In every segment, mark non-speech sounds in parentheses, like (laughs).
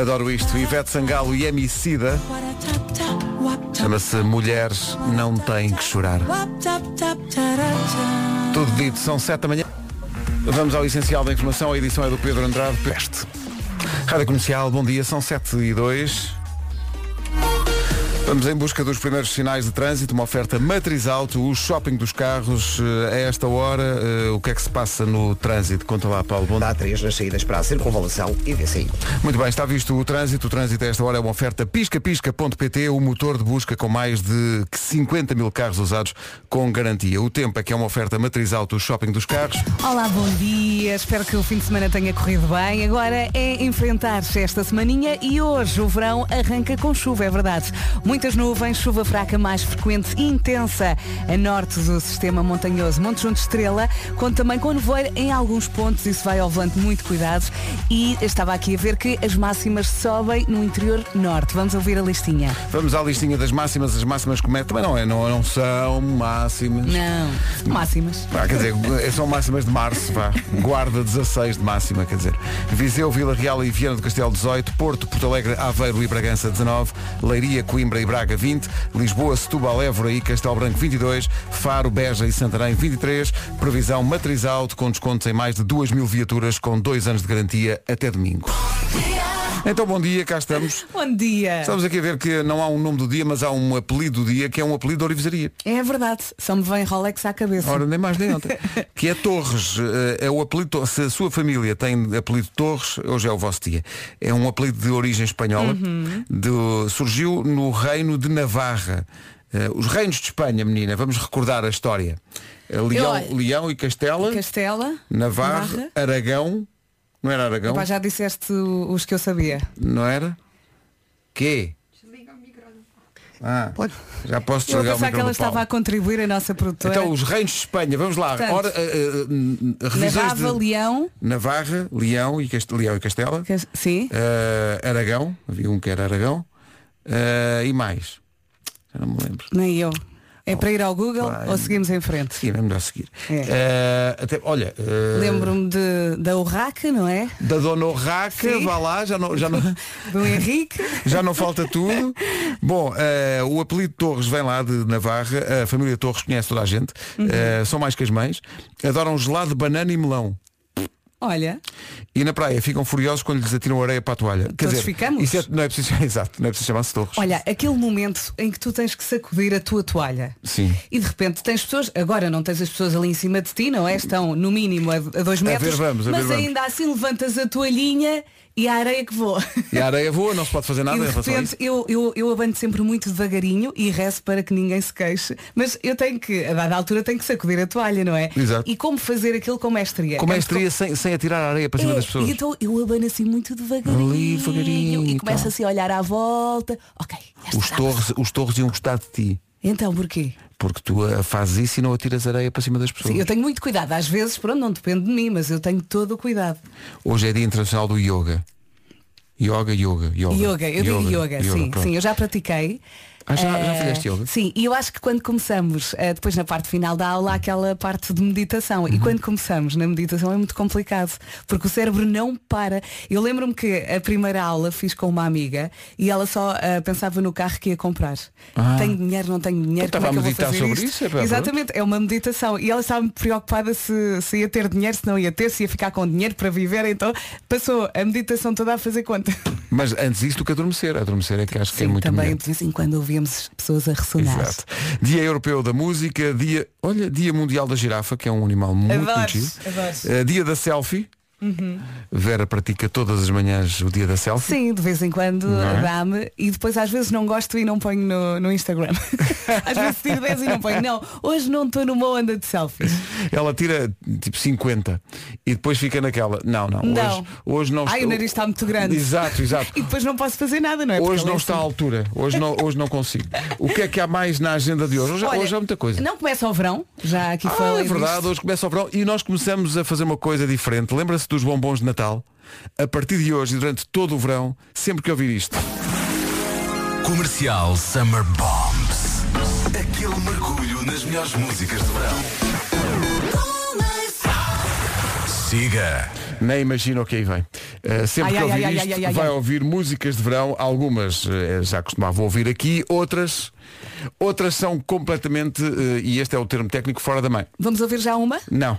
Adoro isto. Ivete Sangalo e Emicida. Chama-se Mulheres Não Têm Que Chorar. Tudo dito, são sete da manhã. Vamos ao essencial da informação. A edição é do Pedro Andrade. Peste. Rádio Comercial, bom dia. São sete e dois. Vamos em busca dos primeiros sinais de trânsito, uma oferta matriz alto, o shopping dos carros eh, a esta hora. eh, O que é que se passa no trânsito? Conta lá, Paulo. Bom dia. Dá três nas saídas para a circunvalação e VCI. Muito bem, está visto o trânsito. O trânsito a esta hora é uma oferta piscapisca.pt, o motor de busca com mais de 50 mil carros usados com garantia. O tempo é que é uma oferta matriz alto, o shopping dos carros. Olá, bom dia. Espero que o fim de semana tenha corrido bem. Agora é enfrentar-se esta semaninha e hoje o verão arranca com chuva, é verdade. Muitas nuvens, chuva fraca mais frequente e intensa a norte do sistema montanhoso Monte Junto Estrela, conta também com nevoeiro em alguns pontos, isso vai ao volante muito cuidado. E estava aqui a ver que as máximas sobem no interior norte. Vamos ouvir a listinha. Vamos à listinha das máximas. As máximas começam. Também não, é, não, não são máximas. Não, máximas. Pá, quer dizer, eh, são máximas de março, vá. Guarda 16 de máxima, quer dizer. Viseu, Vila Real e Viana do Castelo 18, Porto, Porto Alegre, Aveiro e Bragança 19, Leiria, Coimbra e Braga 20, Lisboa, Setúbal, Évora e Castelo Branco 22, Faro, Beja e Santarém 23, previsão matriz alto com descontos em mais de 2 mil viaturas com 2 anos de garantia até domingo. Então bom dia, cá estamos. Bom dia. Estamos aqui a ver que não há um nome do dia, mas há um apelido do dia que é um apelido de orivesaria. É verdade, só me vem Rolex à cabeça. Ora, nem mais nem (laughs) ontem. que é Torres. eh, É o apelido. Tor- Se a sua família tem apelido Torres, hoje é o vosso dia. É um apelido de origem espanhola. Uhum. do- surgiu no reino de Navarra. Eh, os reinos de Espanha, menina, vamos recordar a história. Eh, Leão, olho. Leão e Castela, Castela, Navarra, Navarra. Aragão. Não era Aragão? Pá, já disseste o- os que eu sabia. Não era? Quê? Ah, já posso desligar o Eu pensava que microfone. ela estava a contribuir a nossa produtora. Então, os reinos de Espanha, vamos lá. é- Portanto, Ora, eh, eh, n- n- revisões Navarra, de Leão, Navarra, Leão e, Cast... Leão e Castela, que- sim, eh, Aragão, havia um que era Aragão, eh, e mais. Já não me lembro. nem eu. É para ir ao Google Vai. ou seguimos em frente? Sim, é melhor seguir. É. Eh, até, olha, eh, Lembro-me de- da Urraca, não é? da Dona Orraca, Sim. vá lá, já não, já não, (laughs) Do Henrique. já não falta tudo. Bom, eh, o apelido Torres vem lá de Navarra, a família Torres conhece toda a gente, Uhum. eh, são mais que as mães, adoram gelado de banana e melão. Olha, E na praia ficam furiosos quando lhes atiram areia para a toalha. Quer Todos dizer, ficamos. Isso é- não é preciso, (laughs) exato, não é preciso chamar-se Torres. olha, aquele momento em que tu tens que sacudir a tua toalha. Sim. E de repente tens pessoas, agora não tens as pessoas ali em cima de ti, não é? Estão no mínimo a, a dois ver, metros, vamos, a mas ver, vamos. ainda assim levantas a toalhinha e a areia que voa. E a areia voa, não se pode fazer nada e em de relação a repente isso. eu, eu, eu abando sempre muito devagarinho e rezo para que ninguém se queixe. Mas eu tenho que, a dada altura, tenho que sacudir a toalha, não é? Exato. E como fazer aquilo com mestria? Como é Tanto estria sem, sem atirar a areia para com- cima É, das pessoas? E então eu abano assim muito devagarinho, Ali, devagarinho e e começo tal. assim a olhar à volta. Ok, esta Os dá. torres, os torres iam gostar de ti. Então porquê? Porque tu ah, fazes isso e não atiras areia para cima das pessoas. Sim, eu tenho muito cuidado. Às vezes, pronto, não depende de mim, mas eu tenho todo o cuidado. Hoje é dia internacional do yoga. Yoga, yoga, yoga. Yoga, eu digo yoga, sim, pronto. sim, eu já pratiquei. Ah, já- já Eh, fizeste yoga? Sim, e eu acho que quando começamos, eh, depois na parte final da aula, há aquela parte de meditação. Uhum. E quando começamos na meditação é muito complicado, porque o cérebro não para. Eu lembro-me que a primeira aula fiz com uma amiga e ela só eh, pensava no carro que ia comprar. Ah. Tenho dinheiro, não tenho dinheiro. Então como é que estava a eu meditar vou fazer sobre isto? isso, é pá, Exatamente, é uma meditação. E ela estava preocupada se, se ia ter dinheiro, se não ia ter, se ia ficar com dinheiro para viver. Então passou a meditação toda a fazer conta. Mas antes disso do que adormecer. Adormecer é que acho que é Sim, muito também melhor. de vez em quando ouvimos pessoas a ressonar. Exato. Dia Europeu da Música, dia, olha, Dia Mundial da Girafa, que é um animal muito Adoro, muito giro. adoro. Eh, dia da selfie. Vera pratica todas as manhãs o dia da selfie. Sim, de vez em quando Não é? dá-me e depois às vezes não gosto e não ponho no, (laughs) no Instagram. às vezes tiro 10 e não ponho. Não, hoje não estou numa onda de selfies. Ela tira tipo 50 e depois fica naquela. Não, não. Não. Hoje, hoje não Ai, estou- o nariz está muito grande. Exato, exato. (laughs) E depois não posso fazer nada, não é? Porque Hoje ela é não está à assim. altura. Hoje não, hoje não (laughs) consigo. O que é que há mais na agenda de hoje? Hoje, Olha, hoje há muita coisa. Não começa o verão, já aqui foi. Ah, é verdade, hoje começa o verão e nós começamos a fazer uma coisa diferente. Lembra-se dos bombons de Natal? A partir de hoje e durante todo o verão, sempre que ouvir isto, Comercial Summer Bombs. Aquele mergulho nas melhores músicas do verão. Siga. nem imagina o que aí vem. Eh, sempre Ai, que ai, ouvir ai, isto, ai, ai, ai, vai ai. ouvir músicas de verão. Algumas eh, já costumava ouvir aqui, outras, outras são completamente, eh, e este é o termo técnico, fora da mãe. Vamos ouvir já uma? Não.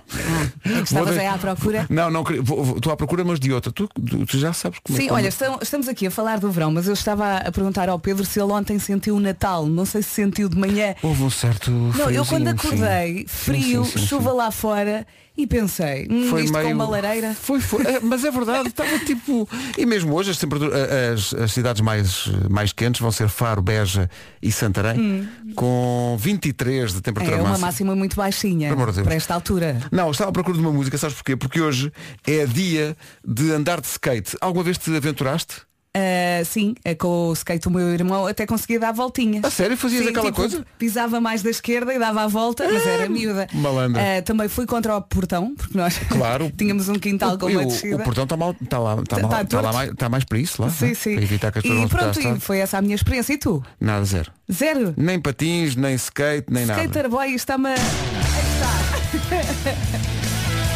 é que estavas aí à procura? Não, não, queria- vou- vou- estou à procura, mas de outra. Tu, tu- tu já sabes como é Sim, como- olha, estão- estamos aqui a falar do verão, mas eu estava a perguntar ao Pedro se ele ontem sentiu o Natal. Não sei se sentiu de manhã. Houve um certo Não, eu friozinho, quando sim. acordei, Sim, frio, sim, sim, sim. chuva lá fora e pensei, hum, isto com uma lareira. Foi, (laughs) foi. É, Mas é verdade, estava tipo. E mesmo hoje as, temperatu- a- as, as cidades mais, mais quentes vão ser Faro, Beja e Santarém, Hum. com 23 de É temperatura uma máxima. máxima muito baixinha Pelo amor de Deus. para esta altura. Não, eu estava à procura de uma música, sabes porquê? Porque hoje é dia de andar de skate. Alguma vez te aventuraste? Ah, sim, é com o skate do meu irmão até conseguia dar voltinhas. A sério? Fazias Sim, aquela tipo, coisa? Ah, Pisava mais da esquerda e dava a volta, mas era miúda. malandra. Ah, também fui contra o portão, (laughs) porque nós Claro. (laughs) tínhamos um quintal com E uma o- descida. O portão está mal, está lá, está Tá- mal, tá está lá torto. mais, está mais para isso lá. Sim, né? sim. Para evitar que as pessoas e vão pronto, se e foi essa a minha experiência. E tu? Nada zero. Zero? Nem patins, nem skate, nem nada. Skater boy está-me. a-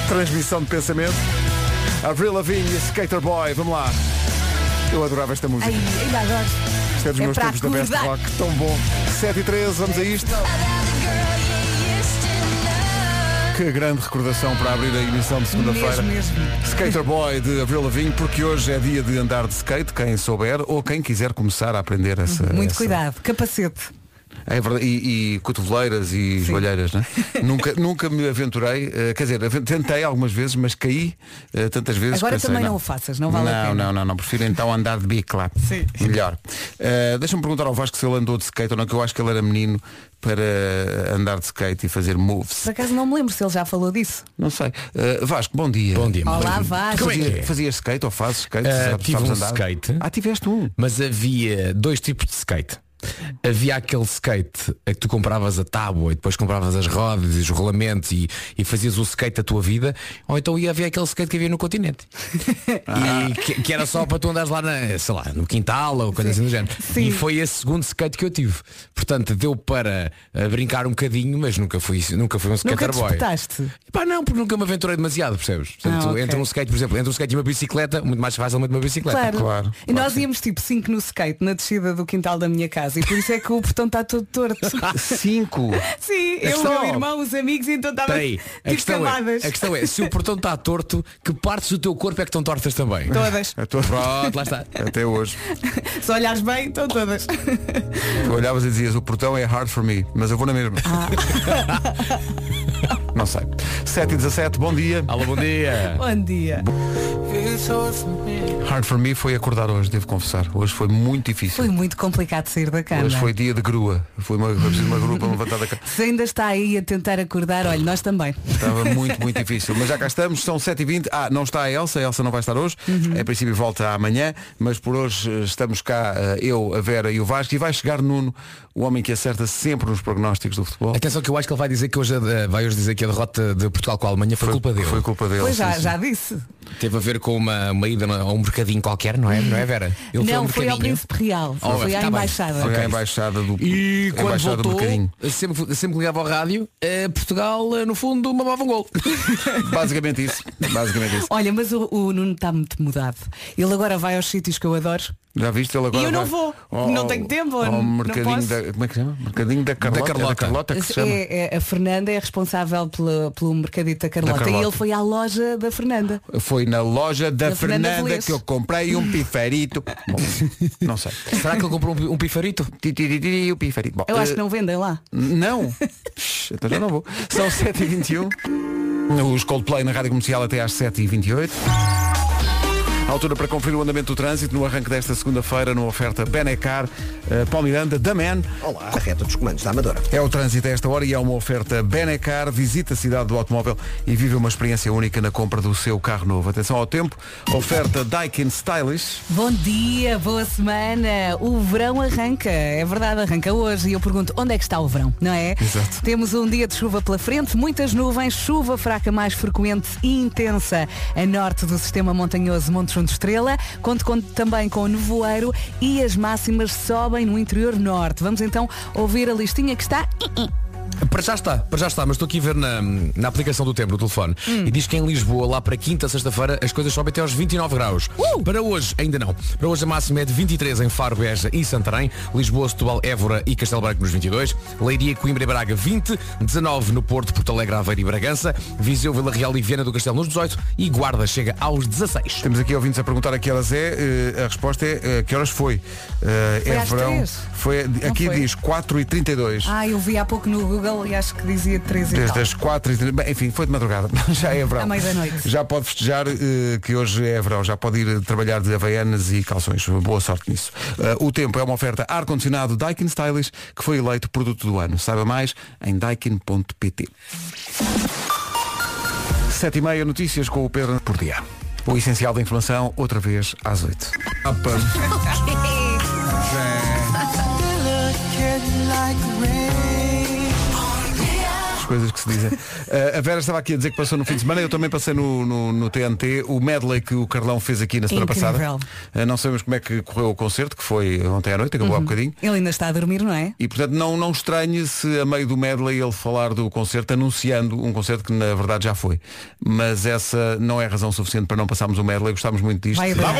Transmissão de pensamento. Avril Lavigne, e Skater Boy, vamos lá. Eu adorava esta música. Ai, ainda agora. Isto é dos é meus para tempos da Best acordar. Rock. Tão bom. 7 e 13, vamos a isto. Que grande recordação para abrir a emissão de segunda-feira. (laughs) Mesmo, mesmo. Skater Boy de Avril Lavigne, porque hoje é dia de andar de skate, quem souber ou quem quiser começar a aprender essa. Uhum. Muito essa- cuidado, capacete. É verdade, e, e cotoveleiras e joelheiras, né? (laughs) nunca, nunca me aventurei, eh, quer dizer, aven- tentei algumas vezes, mas caí eh, tantas vezes. Agora que pensei, também não não o faças, não vale a não, pena. Não, não, não, prefiro então andar de bico lá. Sim. Melhor. Eh, Deixa-me perguntar ao Vasco se ele andou de skate ou não, que eu acho que ele era menino para andar de skate e fazer moves. Por acaso não me lembro se ele já falou disso. Não sei. Eh, Vasco, bom dia. Bom dia, Olá, Margarida. Vasco. Como é que Fazia, é? fazias skate ou fazes skate? Ah, Sabes- tive sabes um andar? skate. Ah, tiveste um. Mas havia dois tipos de skate. Havia aquele skate a que tu compravas a tábua e depois compravas as rodas e os rolamentos e, e fazias o skate da tua vida, ou então ia havia aquele skate que havia no (laughs) continente. E que, que era só para tu andares lá na, sei lá, no quintal ou coisa assim do género. Sim. E foi esse segundo skate que eu tive. Portanto, deu para ah, brincar um bocadinho, mas nunca fui, nunca fui um Nunca skater boy. (laughs) disputaste. Pá, não, porque nunca me aventurei demasiado, percebes? Portanto, Ah, ok. Entre um skate, por exemplo, entre um skate e uma bicicleta, muito mais facilmente uma bicicleta. Claro. claro, E nós íamos tipo 5 no skate na descida do quintal da minha casa e por isso é que o portão está todo torto. (laughs) Cinco. Sim, eu, o questão- meu irmão, os amigos, então estava Espera aí, a tipo questão, é, camadas. a questão é, se o portão está torto, que partes do teu corpo é que estão tortas também? (laughs) Todas. Eu tô- Pronto, lá está. Até hoje. Se olhares bem, estão todas. Tu olhavas e dizias, o portão é hard for me, mas eu vou na mesma. (laughs) Ah. Não sei. 7 e 17, bom dia. Alô, bom dia. Bom dia. Hard for me foi acordar hoje, devo confessar. Hoje foi muito difícil. (laughs) Foi muito complicado sair da cama. Hoje foi dia de grua. Foi uma, foi preciso uma grua para me levantar da cama. Se ainda está aí a tentar acordar, olha, nós também. Estava muito, muito difícil. Mas já cá estamos, são 7h20. Ah, não está a Elsa, a Elsa não vai estar hoje. Em princípio volta amanhã, mas por hoje eh, estamos cá eh, eu, a Vera e o Vasco. E vai chegar Nuno, o homem que acerta sempre nos prognósticos do futebol. Atenção que eu acho que ele vai dizer que hoje eh, vai hoje dizer que a derrota de Portugal com a Alemanha foi, culpa dele. Foi culpa dele. (laughs) Pois sim, já, sim. já disse. Teve a ver com uma, uma ida a um mercadinho qualquer, não é? Não é Vera? Ele não, foi, a um mercadinho. ao Príncipe Real. Oh, foi tá à bem. embaixada. Foi à Ok. embaixada do E à quando embaixada do voltou, bocadinho. sempre, sempre que ligava ao rádio, eh, Portugal, eh, no fundo, mamava um gol. (laughs) Basicamente isso. Basicamente isso. Olha, mas o, o Nuno está muito mudado. Ele agora vai aos sítios que eu adoro. Já viste ele agora? E eu não vai vou. ao- Não tenho tempo, ao não- não mercadinho posso. da. Como é que se chama? Mercadinho da Carlota. É Carlota. Carlota que se chama. É- é- a Fernanda é responsável pela- pelo mercadito da Carlota, Carlota. e ele foi à loja da Fernanda. Foi na loja da, Da Fernanda Fernanda, Velez. que eu comprei um pifarito. Bom, (laughs) não sei. Será que ele comprou um, um pifarito? Ti, ti, ti, ti, O pifarito. Bom, Eu acho eh, que não vendem lá. Não. Shhh, então já não vou. São 7h21. Os Coldplay na Rádio Comercial até às 7h28. Altura para conferir o andamento do trânsito no arranque desta segunda-feira, numa oferta Benecar, eh, Paulo Miranda, da Man. Olá, a reta dos comandos da Amadora. É o trânsito a esta hora e é uma oferta Benecar. Visita a cidade do automóvel e vive uma experiência única na compra do seu carro novo. Atenção ao tempo. Oferta Daikin Stylish. Bom dia, boa semana. O verão arranca, é verdade, arranca hoje. E eu pergunto, onde é que está o verão, não é? Exato. Temos um dia de chuva pela frente, muitas nuvens, chuva fraca mais frequente e intensa a norte do sistema montanhoso Monte Junto Estrela. Conto com- também com o nevoeiro e as máximas sobem no interior norte. Vamos então ouvir a listinha que está Para já está, para já está, mas estou aqui a ver na, na aplicação do tempo, do telefone, e diz que em Lisboa, lá para quinta, sexta-feira, as coisas sobem até aos 29 graus. Para hoje, ainda não. Para hoje a máxima é de 23 em Faro, Beja e Santarém, Lisboa, Setúbal, Évora e Castelo Branco nos 22, Leiria, Coimbra e Braga 20, 19 no Porto, Porto Alegre, Aveiro e Bragança, Viseu, Vila Real e Viana do Castelo nos 18 e Guarda chega aos 16. Temos aqui ouvintes a perguntar a que horas é. eh, a resposta é eh, que horas foi. Eh, Foi é às verão. três? Foi, aqui foi. diz 4h32. Ah, eu vi há pouco no Google e acho que dizia 13 e Desde tal. as 4 e... Bem, enfim, foi de madrugada. (laughs) Já é verão. À meia-da-noite. Já pode festejar eh, que hoje é verão. Já pode ir eh, trabalhar de havaianas e calções. Boa sorte nisso. Eh, o tempo é uma oferta ar-condicionado Daikin Stylish, que foi eleito produto do ano. Saiba mais em daikin.pt. 7 e meia, notícias com o Pedro por dia. O essencial da informação, outra vez às 8. as coisas que se dizem. Uh, a Vera estava aqui a dizer que passou no fim de semana, eu também passei no, no, no TNT, o medley que o Carlão fez aqui na semana Incrível. passada. Uh, não sabemos como é que correu o concerto, que foi ontem à noite, acabou há Uhum. bocadinho. Ele ainda está a dormir, não é? E portanto não, não estranhe se a meio do medley ele falar do concerto anunciando um concerto que na verdade já foi. Mas essa não é razão suficiente para não passarmos o medley, gostámos muito disto. Vai adorar.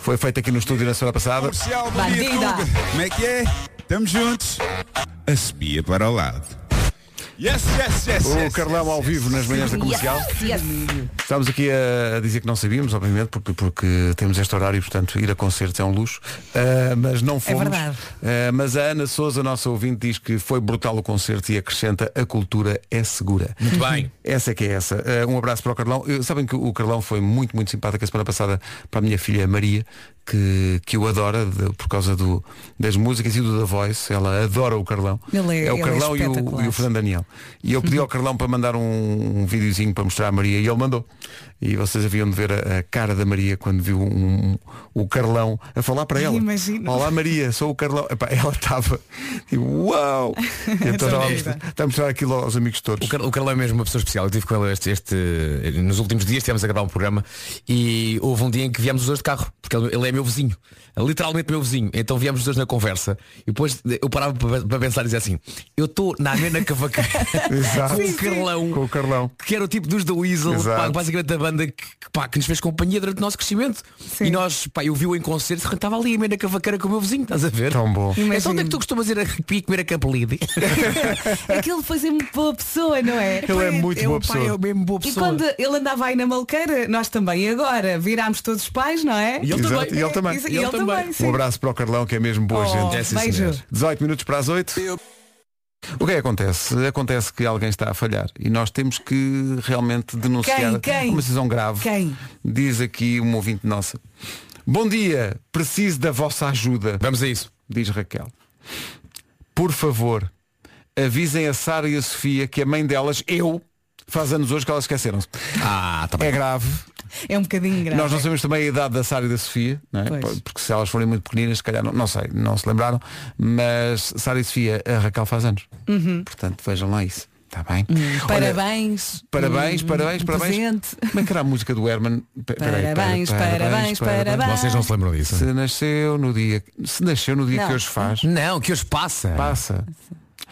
Foi feito aqui no estúdio na semana passada. Comercial, bom dia, Bandida. tudo. Como é que é? Estamos juntos. A espia para o lado. Yes, yes, yes. O yes, Carlão yes, ao yes. vivo nas manhãs da comercial. Yes, Estamos aqui a, a dizer que não sabíamos, obviamente, porque, porque temos este horário e, portanto, ir a concertos é um luxo. Ah, mas não fomos. É verdade. Ah, mas a Ana Souza, nossa ouvinte, diz que foi brutal o concerto e acrescenta a cultura é segura. Muito bem. (laughs) Essa é que é essa. Ah, um abraço para o Carlão. Eu- sabem que o Carlão foi muito, muito simpático a semana passada para a minha filha Maria, que, que o adora de- por causa do, das músicas e do The Voice. Ela adora o Carlão. Ele é- o ele é Carlão e, o, espetacular. e o Fernando Daniel. E eu pedi ao Carlão para mandar um, um videozinho para mostrar à Maria e ele mandou. E vocês haviam de ver a, a cara da Maria quando viu um- o Carlão a falar para ela. Imagino. Olá Maria, sou o Carlão. Epá, ela estava. tipo, Uau! E então estava a mostrar- estava a mostrar aquilo aos amigos todos. O, Car o Carlão é mesmo uma pessoa especial. Eu tive com ela este, este- eh, nos últimos dias, estivemos a gravar um programa e houve um dia em que viemos os dois de carro, porque ele, ele é meu vizinho, literalmente meu vizinho. Então viemos os dois na conversa e depois eu parava para- para pensar e dizia assim, eu estou na (laughs) Arena Cavaqueira Exato. com o Carlão. Com o Carlão. Que era o tipo dos da Weasel, Exato. pá, basicamente da banda que, que, pá, que nos fez companhia durante o nosso crescimento. Sim. E nós, pá, eu vi-o em concerto, estava ali a meio na cavaqueira com o meu vizinho, estás a ver? Tão bom. Então onde é que tu costumas ir a e comer (laughs) a capelide? (laughs) Aquilo foi muito boa pessoa, não é? Ele é muito É boa um pai, pessoa. é mesmo boa E pessoa. quando ele andava aí na malqueira, nós também. E agora virámos todos pais, não é? E ele Exato, também. e ele também. E, e ele também, sim. Um abraço para o Carlão, que é mesmo boa Oh, gente. É, sim, beijo. senhor. 18 minutos para as 8. O que é que acontece? Acontece que alguém está a falhar e nós temos que realmente denunciar Quem? Quem? uma decisão grave. Quem? Diz aqui um ouvinte nossa. Bom dia, preciso da vossa ajuda, Vamos a isso. diz Raquel. Por favor, avisem a Sara e a Sofia que a mãe delas, eu, faz anos hoje que elas esqueceram-se. Ah, tá bem. É grave, É um bocadinho grave. nós não sabemos também a idade da Sara e da Sofia, não é? Pois. porque se elas forem muito pequeninas, se calhar não, não sei, não se lembraram, mas Sara e Sofia, a Raquel faz anos. Uhum. Portanto, vejam lá isso. Está bem? Olha, Hum, Parabéns. parabéns, parabéns, parabéns. um presente. Como é que era a música do Herman? Pe- peraí, pera- Parabéns, parabéns, parabéns. Vocês não se lembram disso? Se nasceu no dia. Se nasceu no dia Não. que hoje faz, Não, que hoje passa. passa.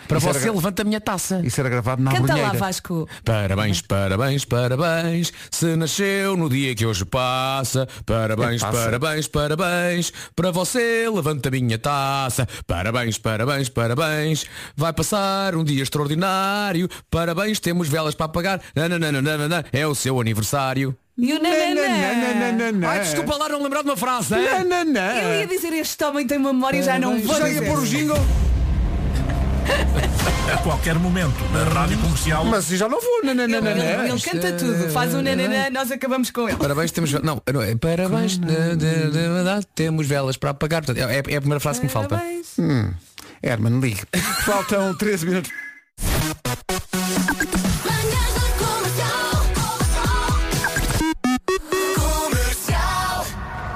Para Isso era você gra- levanta a minha taça. Isso era gravado na Canta lá, Brunheira. Vasco. Parabéns, parabéns, parabéns. Se nasceu no dia que hoje passa. Parabéns, É, passa. parabéns, parabéns. Para você levanta a minha taça. Parabéns, parabéns, parabéns. Vai passar um dia extraordinário. Parabéns, temos velas para apagar. Nananana, é o seu aniversário. E o nananã. Nananana. Ai, desculpa lá não lembrar de uma frase. hein? Nananã. Eu ia dizer este homem tem uma memória e já não vou Já ia dizer. pôr o jingle. A qualquer momento, na Rádio Comercial. Mas já não vou. Ele, Nananana. ele- ele canta tudo, faz o nananã, nós acabamos com ele. Parabéns, temos velas. Não, não é. Parabéns, de- de- de- de- temos velas para apagar. Portanto, É, é a primeira frase que me falta. Hum. Parabéns. Herman, ligue. Faltam 13 minutos.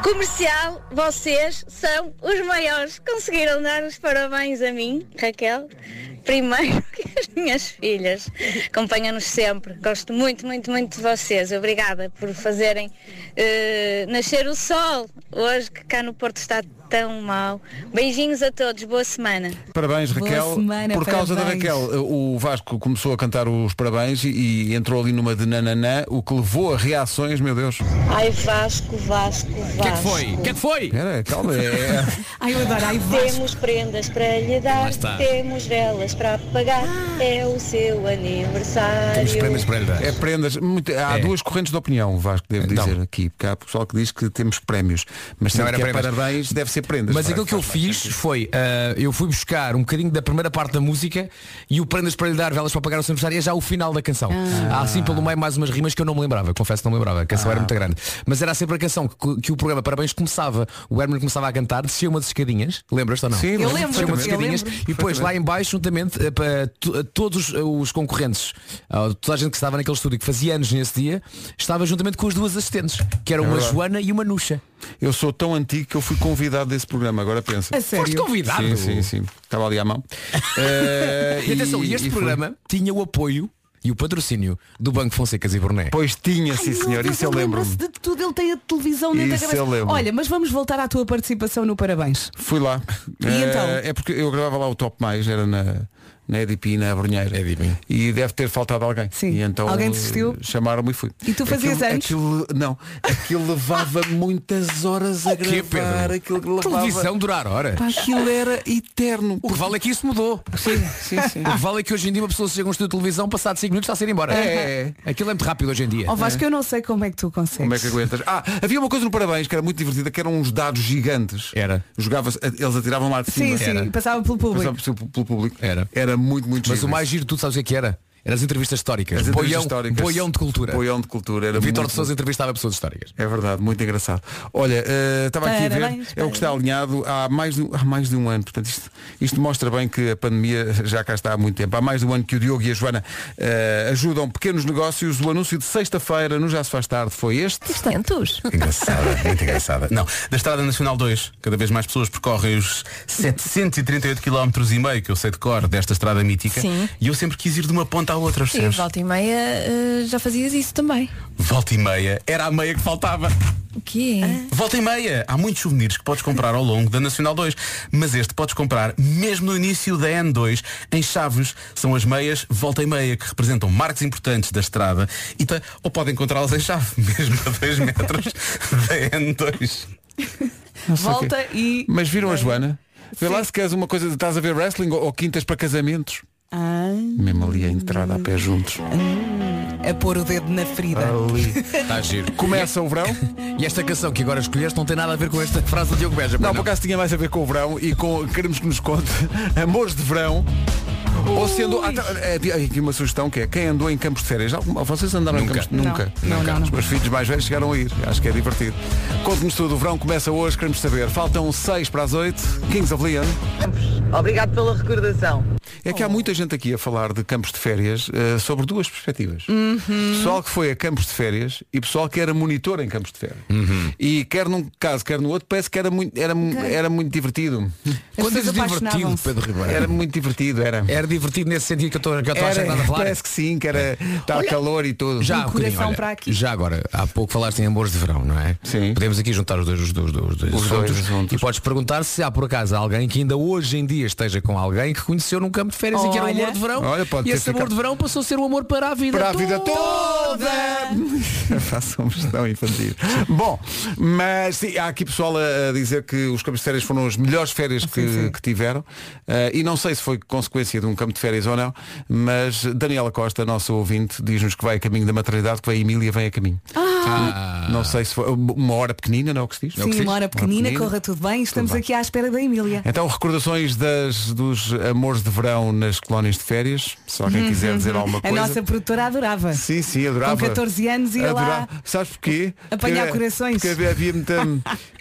Comercial, vocês são os maiores. Conseguiram dar os parabéns a mim, Raquel. Primeiro (laughs) que as minhas filhas. Acompanham-nos sempre. Gosto muito, muito, muito de vocês. Obrigada por fazerem eh, nascer o sol. Hoje que cá no Porto está tão mau. Beijinhos a todos, boa semana. Parabéns, Boa Raquel. semana, Por causa parabéns. da Raquel, eh, o Vasco começou a cantar os parabéns e, e entrou ali numa de nananã, o que levou a reações, meu Deus. Ai Vasco, Vasco, Vasco. O que é que foi? O que é que foi? Espera, calma. É... (laughs) Ai, eu adoro. Ai, Vasco. Temos prendas para lhe dar, está. temos velas para apagar, Ah. é o seu aniversário. para lhe dar. É prendas. muito- há É. duas correntes de opinião, Vasco, devo Então. dizer aqui. Porque há pessoal que diz que temos prémios. Mas se Não não era que é prémios. parabéns, deve ser prendas. é? Mas aquilo que eu Faz fiz foi, ah, eu fui buscar um bocadinho da primeira parte da música e o Prendas para lhe dar velas para pagar o seu aniversário é já o final da canção. Ah. Há assim pelo meio mais umas rimas que eu não me lembrava, confesso que não me lembrava, a Ah. canção era muito grande. Mas era sempre a canção que, que o programa Parabéns começava, o Herman começava a cantar, descia uma das escadinhas, lembras-te ou não? Sim, Eu Descia lembro, uma das eu escadinhas lembro. e depois lá em baixo, juntamente eh, para to- a todos os concorrentes, a toda a gente que estava naquele estúdio que fazia anos nesse dia, estava juntamente com as duas assistentes, que eram uma É verdade. Joana e uma Nuxa. Eu sou tão antigo que eu fui convidado desse programa, agora pensa. A sério. Foste convidado. Sim, sim, sim. Estava ali à (laughs) mão. Eh, E atenção, e este e foi- programa tinha o apoio e o patrocínio do Banco Fonseca e Brunet. Pois tinha, sim Ai, meu senhor, Deus, isso eu ele lembro-me. lembra-se de tudo, ele tem a televisão dentro Isso da cabeça. eu lembro. Olha, mas vamos voltar à tua participação no Parabéns. Fui lá. E Eh, então? É porque eu gravava lá o Top Mais, era na, na EDP e na Brunheira. EDP. E deve ter faltado alguém. Sim. E então Alguém desistiu? eh, Chamaram-me e fui. E tu fazias aquilo, anos? Aquilo, não, aquilo (laughs) levava muitas horas a quê, é gravar. Pedro? Aquilo que levava... Televisão durar horas. Pá, Aquilo era eterno. O que vale é que isso mudou. Sim, sim, sim. O que (laughs) vale é que hoje em dia uma pessoa chega a um estúdio de televisão, passado 5 minutos está a ser embora. É. Aquilo é muito rápido hoje em dia. Ó Oh, Vasco, eu não sei como é que tu consegues. Como é que aguentas? Ah, havia uma coisa no Parabéns que era muito divertida, que eram uns dados gigantes. Era. Jogava-se, eh, eles atiravam lá de Sim, cima. sim, Era. passava pelo público. Passava pelo- pelo público. Era. Era muito, muito Mas giro o mais isso. giro de tudo, sabes o que é que era? Era as entrevistas históricas. As entrevistas boião, históricas. boião de cultura. Boião de cultura. Era Vitor muito- de Sousa entrevistava pessoas históricas. É verdade, muito engraçado. Olha, eh, estava aqui a ver, Parabéns, é o que está alinhado há mais de, um- há mais de um ano. Portanto, isto, isto mostra bem que a pandemia já cá está há muito tempo. Há mais de um ano que o Diogo e a Joana eh, ajudam pequenos negócios. O anúncio de sexta-feira no Já se faz tarde foi este. Talentos. Engraçada, muito engraçada. Não, da Estrada Nacional 2, cada vez mais pessoas percorrem os 738 km e meio que eu sei de cor desta estrada mítica. Sim. E eu sempre quis ir de uma ponta à outra, E percebes? volta e meia eh, já fazias isso também. Volta e meia, era a meia que faltava. O quê? Ah, Volta e meia, há muitos souvenirs que podes comprar ao longo da Nacional 2, mas este podes comprar mesmo no início da N2, em Chaves, são as meias volta e meia, que representam marcos importantes da estrada, e te- ou podem encontrá-las em chave, (laughs) mesmo a 2 metros da N2. Volta e. Mas viram a Joana? Vê lá se queres uma coisa de estás a ver wrestling ou, ou quintas para casamentos. Ah, Mesmo ali a entrada a pé juntos. a pôr o dedo na ferida. É. Ali. (laughs) Está giro. Começa o verão. E esta canção que agora escolheste não tem nada a ver com esta frase do Diogo Beja. Não, por acaso tinha mais a ver com o verão e com queremos que nos conte (laughs) amores de verão. Ou sendo. Ah, tá, é, é, aqui uma sugestão que é quem andou em campos de férias? Alguma- Vocês andaram Nunca. em campos de Nunca. Não, não, não. Os meus filhos mais velhos chegaram a ir. Acho que é divertido. Conte-nos tudo. O verão começa hoje, queremos saber. Faltam 6 para as 8. Kings of Leon. Obrigado pela recordação. É que há muita gente aqui a falar de campos de férias eh, sobre duas perspectivas. Uhum. Pessoal que foi a campos de férias e pessoal que era monitor em campos de férias. E quer num caso, quer no outro, parece que era muito, era, mu- era muito divertido. Quando pessoas dizes divertido, apaixonavam-se. Pedro Ribeiro. Era muito divertido, era. Era divertido nesse sentido que eu estou que eu estou a achar Era, (laughs) que nada a falar. parece que sim, que era Tá está calor e tudo. Já, Do há Um bocadinho, um coração olha, para aqui. já agora, há pouco falaste em amores de verão, não é? Sim. Podemos aqui juntar os dois, os dois, os dois, Os dois assuntos. assuntos. E podes perguntar se há por acaso alguém que ainda hoje em dia esteja com alguém que conheceu num campo de férias e que era um Olha. amor de verão. Olha, pode e ter esse amor ficado- de verão passou a ser um amor para a vida Para a toda. vida toda! Façamos tão (laughs) infantil. Bom, mas sim, há aqui pessoal a, a dizer que os campos de férias foram as melhores férias que, que tiveram. Eh, e não sei se foi consequência de um campo de férias ou não, mas Daniela Costa, nosso ouvinte, diz-nos que vai a caminho da maternidade, que vai a Emília, vem a caminho. Ah. Ah. Não sei se foi uma hora pequenina, não é o que se diz? o que se Sim, diz. uma hora Uma pequenina, pequenina. corra tudo bem. Estamos bem. aqui à espera da Emília. Então, recordações das, dos amores de verão nas colónias de férias, se alguém quiser dizer alguma Uhum, A coisa. nossa produtora adorava. Sim, sim, adorava. Com 14 anos ia lá adorava. Sabes porquê? apanhar Porque- é- corações. Porque havia, havia (laughs) muita-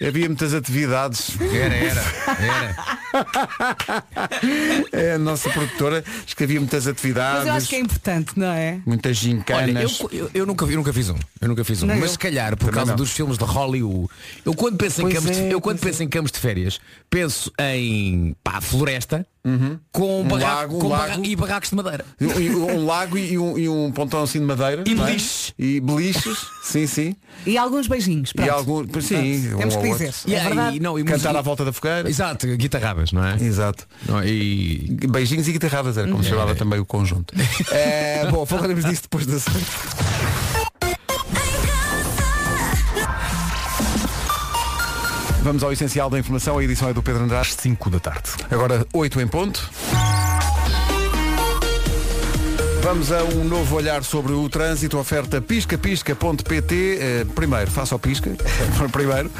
havia muitas atividades. Era, era, era. É a nossa produtora escrevia muitas atividades. (laughs) Mas eu acho que é importante, não é? Muitas Olha, eu, gincanas. eu, eu nunca, eu nunca fiz um. Eu nunca fiz um. Nem Mas eu. se calhar por Também causa não. dos filmes de Hollywood, eu quando penso em Pois campos, de, é, eu quando penso em campos de férias, penso em pá, floresta, com, Um barra- lago, com barra- lago. e barracos de madeira. E Um, e um lago e um, e um pontão assim de madeira. E não é? beliche. E beliches, sim, sim. E alguns beijinhos. Pronto. E algum. pois Sim, Pronto. um Temos ao que outro. dizer. E é aí, verdade. não, e muito- Cantar à volta da fogueira. Exato, guitarrabas, não é? Exato. Não, e Beijinhos e guitarradas, Uhum. era como se chamava também o conjunto. É, bom, falaremos disso depois da Vamos ao essencial da informação, a edição é do Pedro Andrade. 5 da tarde. Agora 8 em ponto. Vamos a um novo olhar sobre o trânsito, oferta piscapisca.pt. Eh, primeiro, faça o pisca, (laughs) primeiro,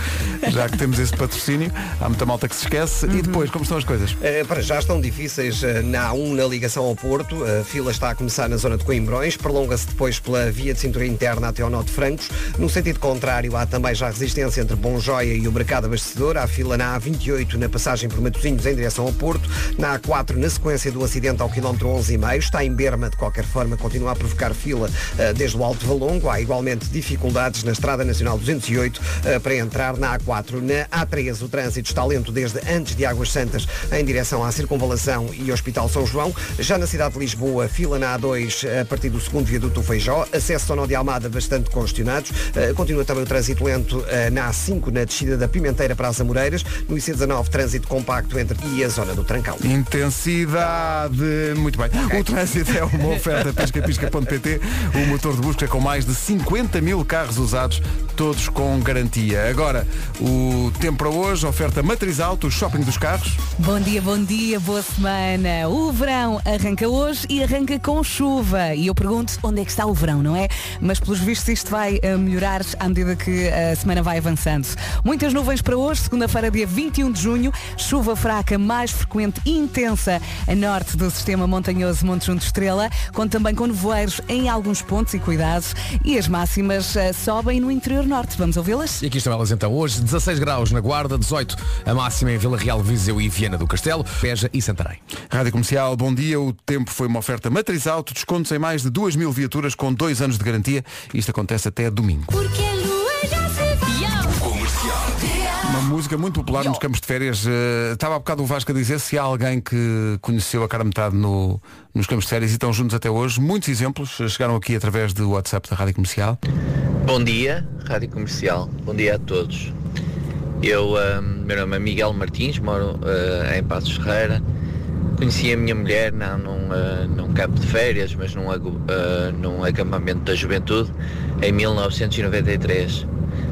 já que temos esse patrocínio. Há muita malta que se esquece. Uhum. E depois, como estão as coisas? Eh, para já estão difíceis eh, na A1 na ligação ao Porto. Eh, A fila está a começar na zona de Coimbrões, prolonga-se depois pela via de cintura interna até ao Nó de Francos. No sentido contrário, há também já resistência entre Bonjoia e o Mercado Abastecedor. Há fila na A28 na passagem por Matosinhos em direção ao Porto. Na A4, na sequência do acidente ao quilómetro 11,5, está em Berma. De qualquer forma, continua a provocar fila eh, desde o Alto Valongo. Há igualmente dificuldades na Estrada Nacional 208 eh, para entrar na A4. Na A3, o trânsito está lento desde antes de Águas Santas em direção à Circunvalação e Hospital São João. Já na cidade de Lisboa, fila na A2 a partir do segundo viaduto do Feijó. Acesso ao Nó de Almada bastante congestionados. Eh, Continua também o trânsito lento eh, na A5, na descida da Pimenteira para as Amoreiras. No IC19, trânsito compacto entre e a zona do Trancão. Intensidade. Muito bem. O trânsito é uma oferta piscapisca.pt, o motor de busca é com mais de 50 mil carros usados, todos com garantia. Agora, o tempo para hoje, oferta matriz alto, shopping dos carros. Bom dia, bom dia, boa semana. O verão arranca hoje e arranca com chuva. E eu pergunto onde é que está o verão, não é? Mas pelos vistos isto vai eh, melhorar à medida que eh, a semana vai avançando. Muitas nuvens para hoje, segunda-feira, dia 21 de junho. Chuva fraca, mais frequente e intensa a norte do sistema montanhoso Monte Junto Estrela, com também com nevoeiros em alguns pontos e cuidados. E as máximas eh, sobem no interior norte. Vamos ouvi-las? E aqui estão elas então hoje, 16 graus na Guarda, 18 a máxima em Vila Real, Viseu e Viana do Castelo, Beja e Santarém. Rádio Comercial, bom dia. O tempo foi uma oferta matriz alto, descontos em mais de 2 mil viaturas com dois anos de garantia. Isto acontece até domingo. Porque a lua já se Uma música muito popular nos campos de férias. Eh, Estava há bocado o Vasco a dizer se há alguém que conheceu a cara metade no, nos campos de férias e estão juntos até hoje. Muitos exemplos eh, chegaram aqui através do WhatsApp da Rádio Comercial. Bom dia, Rádio Comercial. Bom dia a todos. Eu, ah, meu nome é Miguel Martins, moro ah, em Passos Ferreira. Conheci a minha mulher não, num, ah, num campo de férias, mas num, agu- ah, num acampamento da juventude, em 1993.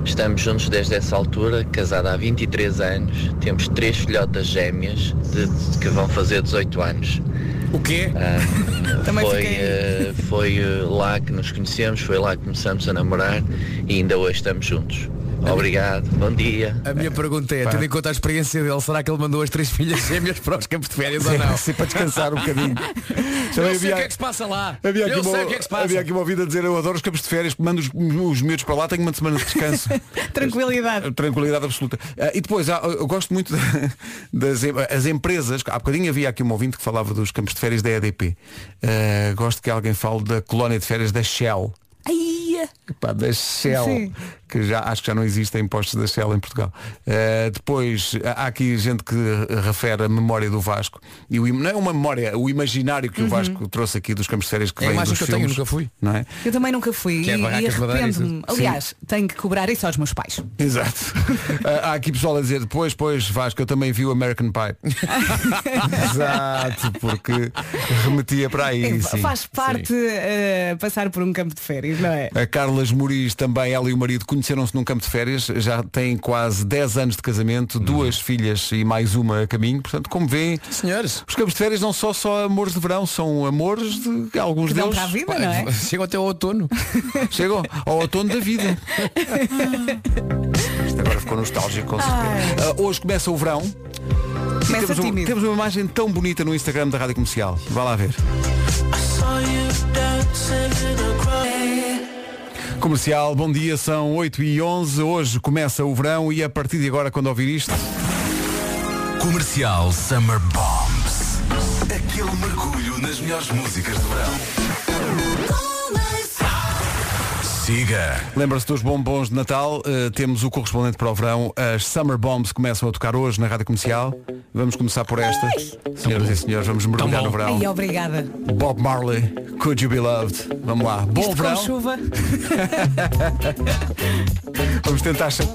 Estamos juntos desde essa altura, casada há 23 anos. Temos três filhotas gêmeas de- que vão fazer 18 anos. O quê? Também Ah, foi, fiquei. eh, foi eh, lá que nos conhecemos, foi lá que começamos a namorar e ainda hoje estamos juntos. Obrigado, bom dia. A minha pergunta é, tendo em conta a experiência dele, será que ele mandou as três (laughs) filhas gêmeas para os campos de férias ou não? Sim, para descansar um (laughs) bocadinho. Também Eu sei havia- o que é que se passa lá. Havia aqui, Eu sei uma, o que é que se passa. havia aqui uma ouvida a dizer eu adoro os campos de férias, mando os, os miúdos para lá, tenho uma semana de (laughs) descanso. Eh, Tranquilidade. Tranquilidade absoluta. Ah, e depois, há- eu gosto muito (laughs) das em- as empresas. Há bocadinho havia aqui um ouvinte que falava dos campos de férias da EDP. Ah, gosto que alguém fale da colónia de férias da Shell. Ai, Pá, da Shell, Sim. que já, acho que já não existem postos da Shell em Portugal. Uh, depois, há aqui gente que refere a memória do Vasco. E o im- não é uma memória, o imaginário que o Vasco trouxe aqui dos campos de férias que Uhum. É a vem imagem dos que eu filmes, tenho, nunca fui. Não é? Eu também nunca fui Que é e, e barracas de madeira, arrependo-me. isso. Aliás, tenho que cobrar isso aos meus pais. (laughs) Exato. Ah, há aqui pessoal a dizer, pois, pois, Vasco, eu também vi o American (laughs) Pie. Exato, porque remetia para aí. É, sim. Faz parte eh, passar por um campo de férias, não é? A Carlas Moriz também, ela e o marido conheceram-se num campo de férias, já têm quase 10 anos de casamento, duas filhas e mais uma a caminho, portanto, como vêem, Senhores, os campos de férias não são só amores de verão, são amores de alguns Que dão deles. para a vida, não (laughs) é? chegam até ao outono. (laughs) Chegam ao outono da vida. Isto (laughs) agora ficou nostálgico, com certeza. Ah, hoje começa o verão. E Começa temos, um- tímido. temos uma imagem tão bonita no Instagram da Rádio Comercial. Vá lá ver. Comercial, bom dia, são 8 e 11 Hoje começa o verão e a partir de agora, quando ouvir isto, Comercial Summer Bombs. Aquele mergulho nas melhores músicas de verão. Siga. Lembra-se dos bombons de Natal. eh, temos o correspondente para o verão. As Summer Bombs começam a tocar hoje na rádio comercial. Vamos começar por esta. Senhoras e senhores, vamos mergulhar no verão. Ai, obrigada. Bob Marley, Could You Be Loved? Vamos lá. Bom Isto verão. com chuva. (laughs) Vamos tentar. achar-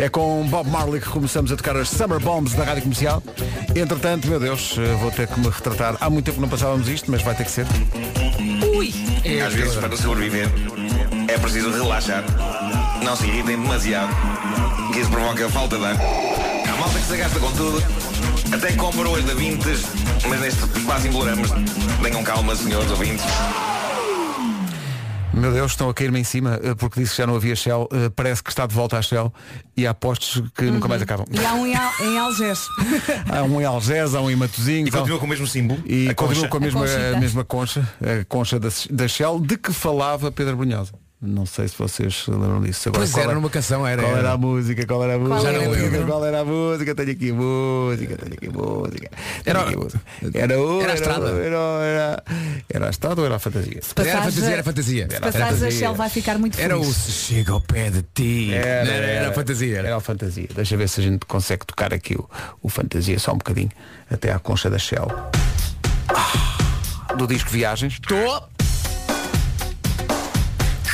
É com Bob Marley que começamos a tocar as Summer Bombs da Rádio Comercial. Entretanto, meu Deus, eh, vou ter que me retratar. Há muito tempo não passávamos isto, mas vai ter que ser. Ui! É, Às vezes, para sobreviver, é preciso relaxar. Não se irritem demasiado, que isso provoca falta de ar. Há malta que se gasta com tudo, até compra hoje da Vintes, mas neste quase embolamos. Tenham calma, senhores ouvintes. Meu Deus, estão a cair-me em cima eh, porque disse que já não havia Shell. Eh, Parece que está de volta à Shell e há postos que nunca mais acabam. E há um em, Al- em (laughs) Algés. Há um em Algés, há um em Matosinhos. E continua com o mesmo símbolo. E a continua concha. com a mesma, A conchita. a mesma concha, a concha da, da Shell, de que falava Pedro Brunhosa. Não sei se vocês se lembram disso. Agora, Pois qual é- era numa canção, era, Qual era. era a música? Qual era a música? era, Pedro? qual era a música? Tenho aqui música, tenho aqui música. Tenho aqui música. Era, o- Era a estrada. Era, era, era a estrada ou era a fantasia? passares Era a fantasia, a- era a fantasia. se passares a Shell vai ficar muito Era o feliz. se chega ao pé de ti. Era, Não, era, era a fantasia. Era a fantasia. Deixa ver se a gente consegue tocar aqui o, o fantasia só um bocadinho. Até à concha da Shell. Ah, do disco Viagens. Estou!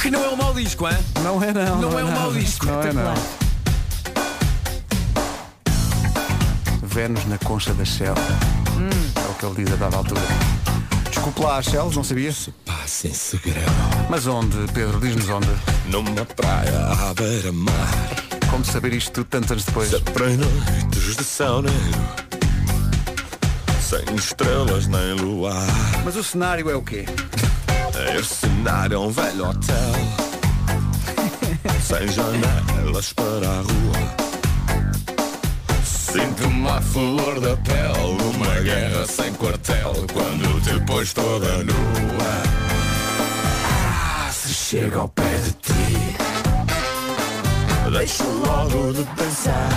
Que não é um mau disco, hein? Não é não. Não, é um mau não. disco. Não é não. Vênus na concha da Shell. Hum. É o que ele diz a dada altura. Desculpe lá a Shell, não sabia? Passa em segredo. Mas onde, Pedro? Diz-nos onde. Numa praia à beira-mar. Como saber isto tudo tantos anos depois? Para noites de sauneiro. Sem estrelas nem luar. Mas o cenário é o quê? Este cenário é um velho hotel. (laughs) Sem janelas para a rua. Sinto-me a flor da pele. Uma guerra sem quartel. Quando te pôs toda nua. Ah, se chega ao pé de ti. Deixa logo de pensar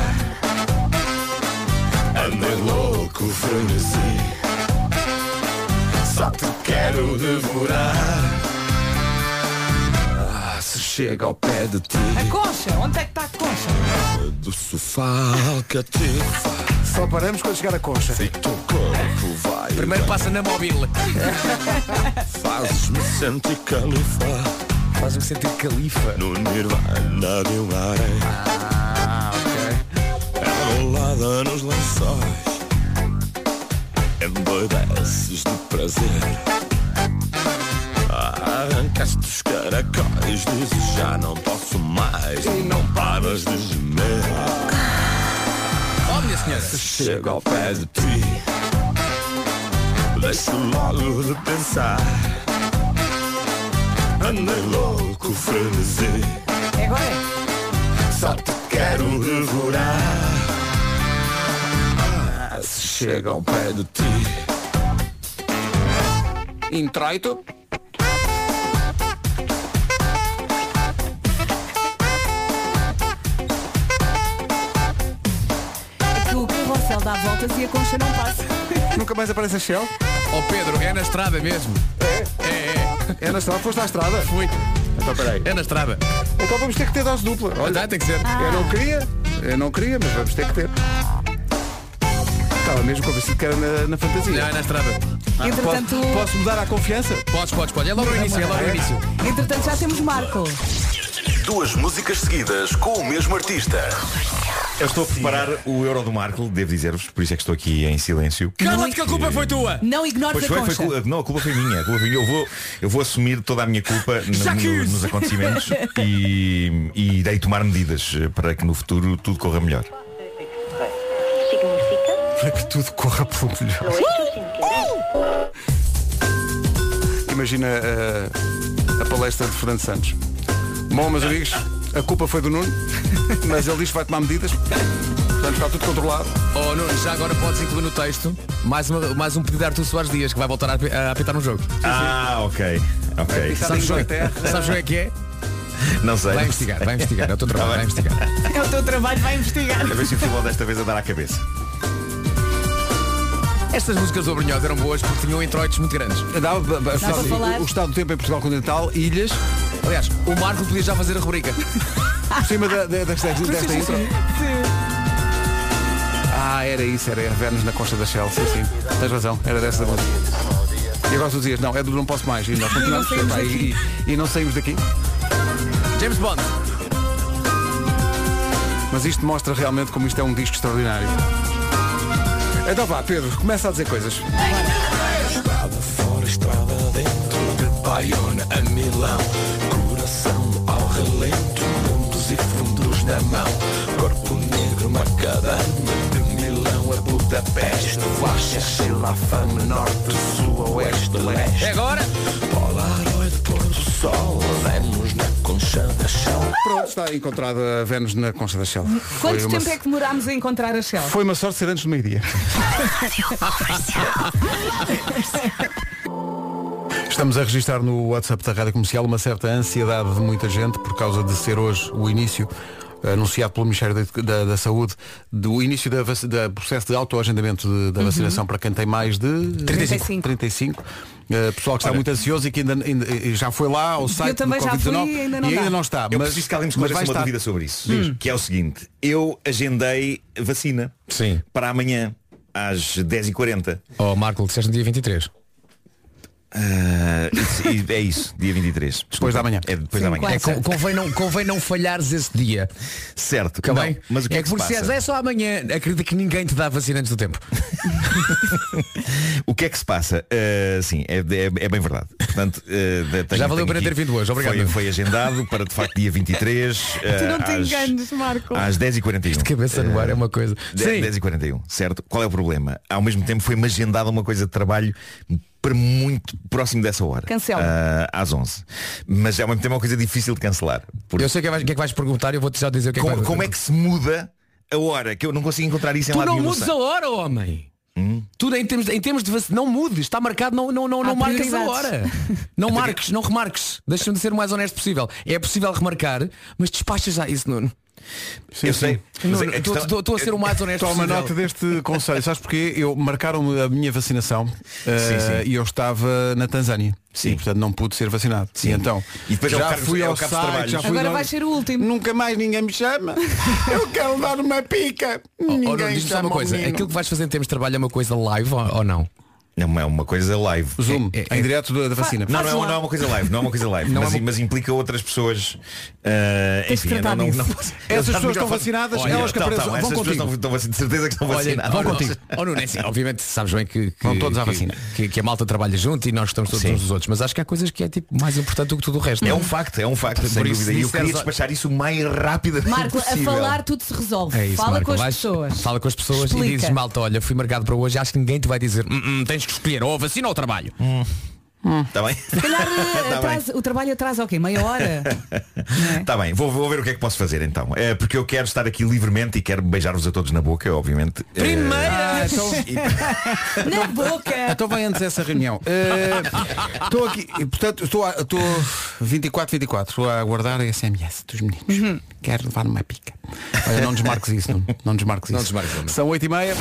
Andei louco, frenesi Só te quero devorar Ah, se chega ao pé de ti A concha, onde é que está a concha? Do sofá ao catifa Só paramos quando chegar a concha E teu corpo vai Primeiro passa na (laughs) mobile. Fazes-me sentir califa Faz-me sentir califa No nirvana de um areia Ah, ok Enrolada nos lençóis É Emboideces um de prazer Ah, Arrancaste os caracóis Dizes já não posso mais E não paras de gemer Ó, minha senhora Se chego ao pé de ti Deixo logo de pensar Andei louco, frenesi É agora. só te quero devorar Ah, Se chega ao pé de ti Introito É que o carrossel dá voltas e a concha não passa. Nunca mais aparece a Shell? Ó Pedro, é na estrada mesmo. É? É, é. na estrada? Foste à estrada? Fui. Então peraí. É na estrada. Então vamos ter que ter dose dupla. Olha, tem que ser. Eu não queria, eu não queria, mas vamos ter que ter. Estava mesmo convencido que era na, na fantasia. Não, é na estrada. Ah, Entretanto- posso, posso mudar à confiança? Podes, podes, podes. É logo no início, é logo no início. Entretanto, já temos Marco. Duas músicas seguidas com o mesmo artista. Eu estou a preparar o Euro do Marco, devo dizer-vos, por isso é que estou aqui em silêncio. Cala-te que a culpa foi tua. Não ignores Pois a foi, concha. foi culpa- não, a culpa foi minha. a culpa foi minha. Eu, vou, eu vou assumir toda a (laughs) minha culpa no- Já no- quis. nos acontecimentos e, e irei tomar medidas eh, para que no futuro tudo corra melhor. Para que tudo corra pelo melhor. é Imagina eh, a palestra de Fernando Santos. Bom, meus amigos, a culpa foi do Nuno, (laughs) mas ele diz que vai tomar medidas. Portanto, está tudo controlado. Oh Nuno, já agora podes incluir no texto mais, uma, mais um pedido de Arthur Soares Dias que vai voltar a api- a apitar um jogo. Ah, ok. Ok. Sabes o que é? Sabes o que é que é? Não sei. Tá Vai investigar, vai investigar. É o teu trabalho, vai investigar. É o teu trabalho, vai investigar. A ver se o filó desta vez a dar à cabeça. Estas músicas do Brunhosa eram boas porque tinham introitos muito grandes. Dava, para falar. o, o estado do tempo em Portugal continental, ilhas. Aliás, o Marco podia já fazer a rubrica. Por cima da, da, desta, desta intro. Ah, era isso, era Vernos na Costa da Shell. Sim, sim. Tens razão, era dessa da música. E agora tu dizias, não, é do Não Posso Mais. E nós continuamos saímos epá, e, e- e não saímos daqui. (laughs) James Bond. Mas isto mostra realmente como isto é um disco extraordinário. Então vá, Pedro, começa a dizer coisas. Estrada fora, estrada dentro De Baiona a Milão Coração ao relento Mundos e fundos na mão Corpo negro, uma cadana De Milão a Budapeste Vacha, assim Sheila, Fama, Norte, Sul, Oeste, Leste É agora? Polaroid, pôr do sol Vamos na concha da chão Pronto, está encontrada a Vernos na Concha da Shell. Foi Quanto uma- tempo é que demorámos a encontrar a Shell? Foi uma sorte ser antes do meio-dia. Estamos a registrar no WhatsApp da Rádio Comercial uma certa ansiedade de muita gente por causa de ser hoje o início anunciado pelo Ministério da, da- da Saúde do início da, vac- da processo de autoagendamento de- da Uhum. vacinação para quem tem mais de 35. 35. Eh, pessoal que está Olha. muito ansioso e que ainda, ainda- eh, já foi lá ao site também do já fui Covid-19 e ainda não e ainda dá. Hum. não está. Eu mas, preciso que alguém me mas esclareça vai uma estar. dúvida sobre isso. Diz. Que é o seguinte, eu agendei a vacina Sim. para amanhã, às 10h40. Oh, Marco, disseste no dia 23. Ah, e- e é isso, dia 23. Depois da manhã. É depois da manhã. É, con- convém, não, convém não falhares esse dia. Certo. Tá Não, bem? mas o que é, é que se porque se és, passa? é só amanhã, acredita que ninguém te dá a vacina antes do (laughs) tempo. O que é que se passa? Ah, sim, é, é- é bem verdade. Portanto, ah, de- tenho- Já valeu tenho a pena aqui- ter vindo hoje, obrigado. Foi, foi agendado para de facto dia 23. Tu não ah, te às- enganes, Marco. Às 10h41. Isto cabeça no ar é uma coisa. 10 e 41 certo? Qual é o problema? Ao mesmo tempo foi-me agendada uma coisa de trabalho para muito próximo dessa hora. Cancela. Ah, às 11. Mas ao mesmo tempo é uma coisa difícil de cancelar. Eu sei o que, é que vais- o que é que vais perguntar e eu vou-te já dizer o que é que Como- vais- como é que se muda a hora? Que eu não consigo encontrar isso em Tu lado não nenhum, mudes sei. a hora, homem. Hum? Tu em termos, em termos de vac- não mudes, está marcado, não, não, não, Há não marcas a hora. prioridades. Não marques, não remarques. Deixa-me de ser o mais honesto possível. É possível remarcar, mas despachas já isso, Nuno. eu sei. Nuno, Mas é a- a estou- questão- estou- estou a é ser o mais honesto Toma possível. nota deste conselho. Sabes porquê? Eu marcaram a minha vacinação eh, sim. e eu estava na Tanzânia. Sim. E, portanto não pude ser vacinado. Sim. então, E depois é o já cargo- fui é o ao cargo de site, trabalho. já fui Agora ao- vais ser o último. Nunca mais ninguém me (laughs) chama. Eu quero levar uma pica. Oh, Ou não, Ninguém diz-me só chama uma o coisa, menino. aquilo que vais fazer em termos de trabalho é uma coisa live ou, ou não? é, Não é uma coisa live. Zoom, em direto da, da vacina. Não, não, é- não é uma coisa live, não é uma coisa live, Não mas, é uma- mas implica outras pessoas. ah, Tens de enfim, eu tratar não, não, disso. não Essas Eu pessoas dar estão microfone. vacinadas, Olha, elas que estão, apareçam, estão, vão essas pessoas contigo. estão, estão vaci- de certeza que estão vacinadas. vão contigo. Oh, Nuno, é assim, obviamente sabes bem que, que, Vão todos à que- vacina. Que, que a malta trabalha junto e nós estamos todos Sim. uns dos outros. Mas acho que há coisas que é tipo mais importante do que tudo o resto. É um facto, é um facto, sem dúvida. E eu queria despachar isso o mais rápido (laughs) Marco, a falar tudo se resolve. É isso, Fala Marco, com as vais- pessoas. Fala com as pessoas Explica. e dizes, malta, olha, fui marcado para hoje, acho que ninguém te vai dizer, "Hum, hum, tens que escolher ou a vacina ou o trabalho. Está Hum. bem? Se (laughs) calhar eh, Tá bem. atrasa- o trabalho atrasa o quê? Meia (laughs) hora? Está bem, vou, vou ver o que é que posso fazer então. É, porque eu quero estar aqui livremente e quero beijar-vos a todos na boca, obviamente. É, Ah, então- Na boca! (laughs) Então vai antes essa reunião. Eh, Estou aqui, e, portanto, estou a- estou 24, 24, estou a aguardar a SMS dos meninos. Uhum. Quero levar uma pica. Olha, não desmarques isso, não, não desmarques isso. Não desmarques, não. São 8 e meia,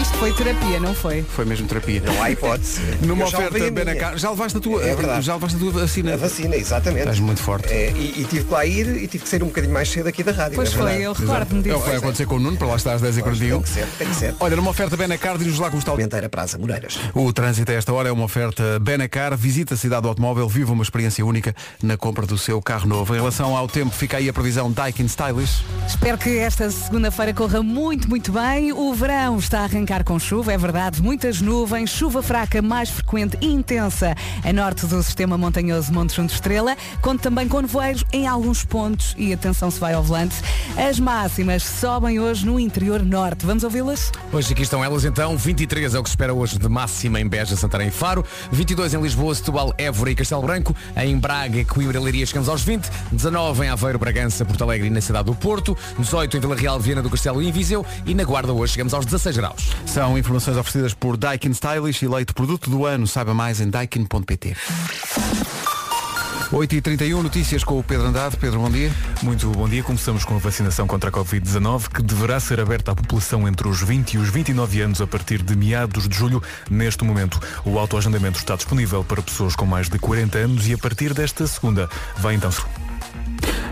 Isto foi terapia, não foi? foi mesmo terapia. Não há hipótese. Numa Eu já levei oferta a minha. Benacar, já levaste a tua, É verdade. já levaste a tua vacina. A vacina, exatamente. Estás muito forte. É, e, e tive que lá ir e tive que sair um bocadinho mais cedo aqui da rádio. Pois é foi, verdade. eu recordo-me É o disso. que vai acontecer com o Nuno, para lá estar às 10h41. Tem que ser. Olha, numa oferta Benacar, diz-nos lá como está o... Menteira Praça Moreiras. O trânsito a esta hora é uma oferta Benacar. Visita a cidade do automóvel, viva uma experiência única na compra do seu carro novo. Em relação ao tempo, fica aí a previsão Daikin Stylish. Espero que esta segunda-feira corra muito, muito bem. O verão está a arrancar com chuva, é verdade. Muitas nuvens, chuva fraca mais frequente e intensa a norte do sistema montanhoso Monte Junto Estrela. Conto também com nevoeiros em alguns pontos e atenção se vai ao volante. As máximas sobem hoje no interior norte. Vamos ouvi-las? Hoje aqui estão elas então, 23 é o que se espera hoje de máxima em Beja, Santarém e Faro, 22 em Lisboa, Setúbal, Évora e Castelo Branco, em Braga, Coimbra e Leiria chegamos aos 20, 19 em Aveiro, Bragança, Porto Alegre e na cidade do Porto, 18 em Vila Real, Viana do Castelo e em Viseu e na Guarda hoje chegamos aos 16 graus. São informações oferecidas por Daikin Stylish, eleito produto do ano. Saiba mais em daikin.pt. 8h31, notícias com o Pedro Andrade. Pedro, bom dia. Muito bom dia. Começamos com a vacinação contra a Covid-19, que deverá ser aberta à população entre os 20 e os 29 anos a partir de meados de julho. Neste momento, o autoagendamento está disponível para pessoas com mais de 40 anos e a partir desta segunda vai então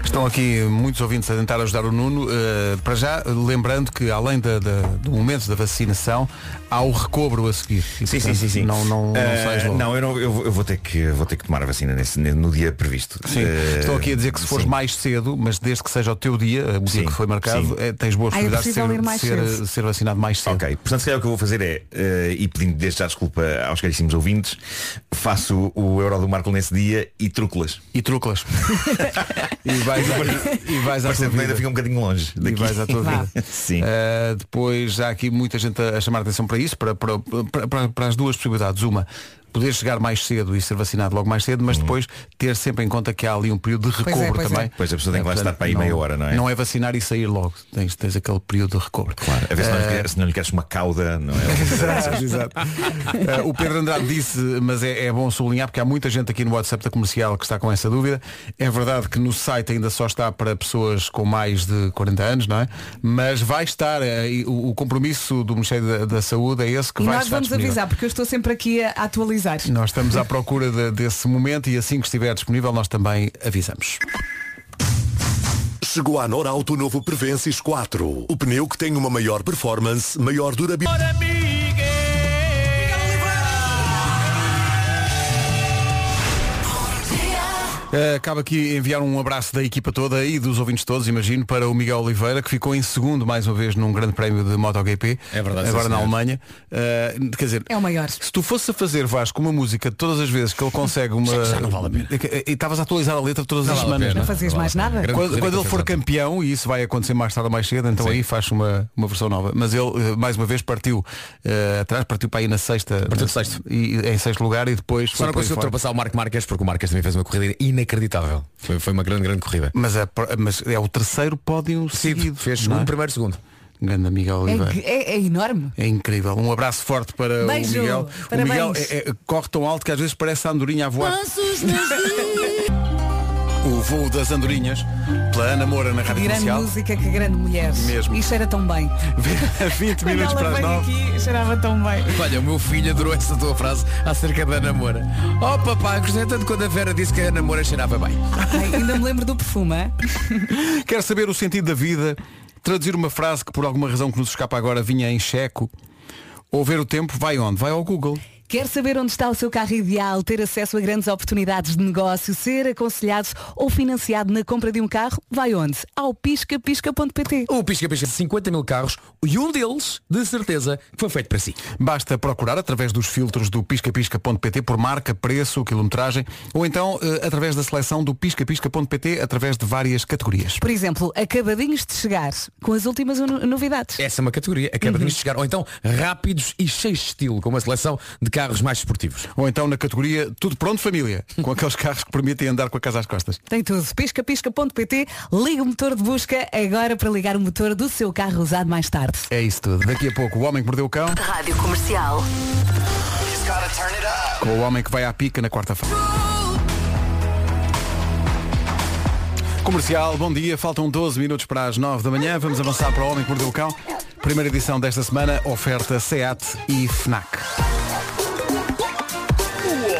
Estão aqui muitos ouvintes a tentar ajudar o Nuno. eh, para já, lembrando que além da- da- do momento da vacinação, há o recobro a seguir. E, Sim, sim, portanto, sim, sim. Não, não, não Ah, sais logo. não, eu, não- eu vou- eu vou ter que vou ter que tomar a vacina nesse- no dia previsto. Sim. Ah, Estão aqui a dizer que se fores mais cedo, mas desde que seja o teu dia, o dia que foi marcado, eh, tens boas Ah, eu possibilidades de preciso ser, ir mais ser, cedo. ser vacinado mais cedo. Ok, portanto se calhar o que eu vou fazer é, eh, e pedindo desde já desculpa aos caríssimos ouvintes, faço o Euro do Marco nesse dia e truculas. E truculas. e vais, à- e vais à tua Parece que ainda vida. fica um bocadinho longe E daqui. vais à tua vida. Sim. Uh, depois há aqui muita gente a, a chamar a atenção para isso, para, para, para- para- para as duas possibilidades. Uma, poder chegar mais cedo e ser vacinado logo mais cedo, mas depois ter sempre em conta que há ali um período de Uhum. Pois é, recobro pois é. também. Pois a pessoa tem que lá estar para aí meia hora, não é? Não é vacinar e sair logo. Tens, tens aquele período de recobro. Claro, a ver se não, é lhe Uh, quer- se não lhe queres uma cauda, não é? (laughs) Exato, exato. Eh, o Pedro Andrade disse, mas é, é bom sublinhar porque há muita gente aqui no WhatsApp da comercial que está com essa dúvida. É verdade que no site ainda só está para pessoas com mais de 40 anos, não é? Mas vai estar, eh, e o, o compromisso do Ministério da, da Saúde é esse que E vai nós estar vamos disponível. avisar, porque eu estou sempre aqui a atualizar. Nós estamos à procura de- desse momento e assim que estiver disponível nós também avisamos. Chegou à Norauto o novo Prevencis 4. O pneu que tem uma maior performance, maior durabilidade. Uh, Acaba aqui enviar um abraço da equipa toda e dos ouvintes todos, imagino, para o Miguel Oliveira, que ficou em segundo mais uma vez num grande prémio de MotoGP. É verdade, Agora sim, na senhor. Alemanha. Uh, quer dizer, É o maior. se tu fosse a fazer Vasco uma música todas as vezes que ele consegue uma. Já- já não vale a pena. E e estavas a atualizar a letra todas Não as vale a semanas. pena, Não fazias não vale mais a pena. nada? Grande Quando, quando corrida que ele ele for fez ontem. campeão, e isso vai acontecer mais tarde ou mais cedo, então aí faz uma, uma versão nova. Mas ele, eh, mais uma vez, partiu eh, atrás, partiu para aí na sexta. Partiu sexto. E, e- em sexto lugar e depois. Só foi não por aí conseguiu fora. ultrapassar o Marco Marques porque o Marques também fez uma corrida inacreditável. Foi, foi uma grande, grande corrida. Mas é, mas é o terceiro pódio (laughs) seguido. Fez não segundo, é? primeiro, segundo. Grande Miguel Oliveira. É, é- é enorme. É incrível. Um abraço forte para Beijo. o Miguel. Parabéns. O Miguel é- é- corre tão alto que às vezes parece a andorinha a voar. (laughs) O voo das andorinhas pela Ana Moura na Que Rádio grande Comercial. música, que grande mulher. Mesmo. E cheira tão bem. 20 minutos Quando ela para as veio nove. aqui, cheirava tão bem. Olha, o meu filho adorou essa tua frase acerca da namora. Oh papá, gostei tanto quando a Vera disse que a namora cheirava bem. Ai, ainda me lembro do perfume. hã? Quer saber o sentido da vida? Traduzir uma frase que por alguma razão que nos escapa agora vinha em checo? Ou ver o tempo? Vai onde? Vai ao Google. Quer saber onde está o seu carro ideal, ter acesso a grandes oportunidades de negócio, ser aconselhado ou financiado na compra de um carro? Vai onde? Ao piscapisca.pt. O pisca-pisca de 50 mil carros e um deles, de certeza, que foi feito para si. Basta procurar através dos filtros do piscapisca.pt por marca, preço, quilometragem ou então eh, através da seleção do piscapisca.pt através de várias categorias. Por exemplo, acabadinhos de chegar com as últimas no- novidades. Essa é uma categoria, Uhum. acaba de chegar. Ou então rápidos e cheios de estilo, com uma seleção de carros mais esportivos. Ou então na categoria Tudo Pronto Família, (laughs) com aqueles carros que permitem andar com a casa às costas. Tem tudo. Piscapisca.pt. Liga o motor de busca agora para ligar o motor do seu carro usado mais tarde. É isso tudo. Daqui a pouco o homem que mordeu o cão Rádio Comercial. com o homem que vai à pica na quarta-feira. Comercial, bom dia. Faltam 12 minutos para as 9 da manhã. Vamos avançar para o homem que mordeu o cão. Primeira edição desta semana, oferta SEAT e FNAC.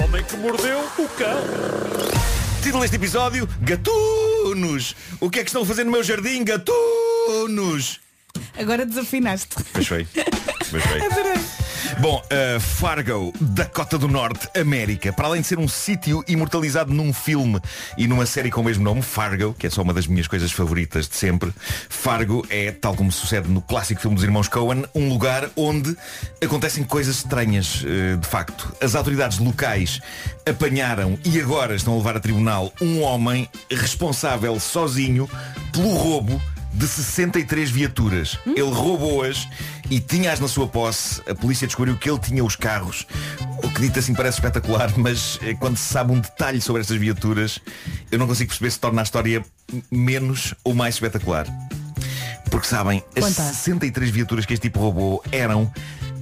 O homem que mordeu o cão. Título deste episódio, Gatunos! O que é que estão a fazer no meu jardim, gatunos? Agora desafinaste. Pois foi. Pois foi. Adorei. Bom, uh, Fargo, Dakota do Norte, América, para além de ser um sítio imortalizado num filme e numa série com o mesmo nome, Fargo, que é só uma das minhas coisas favoritas de sempre, Fargo é, tal como sucede no clássico filme dos irmãos Coen, um lugar onde acontecem coisas estranhas, uh, de facto. As autoridades locais apanharam e agora estão a levar a tribunal um homem responsável sozinho pelo roubo de 63 viaturas. Ele roubou-as e tinha-as na sua posse. A polícia descobriu que ele tinha os carros. O que dito assim parece espetacular, (laughs) mas eh, quando se sabe um detalhe sobre estas viaturas, eu não consigo perceber se torna a história m- menos ou mais espetacular. Porque sabem, as Conta. 63 viaturas que este tipo roubou eram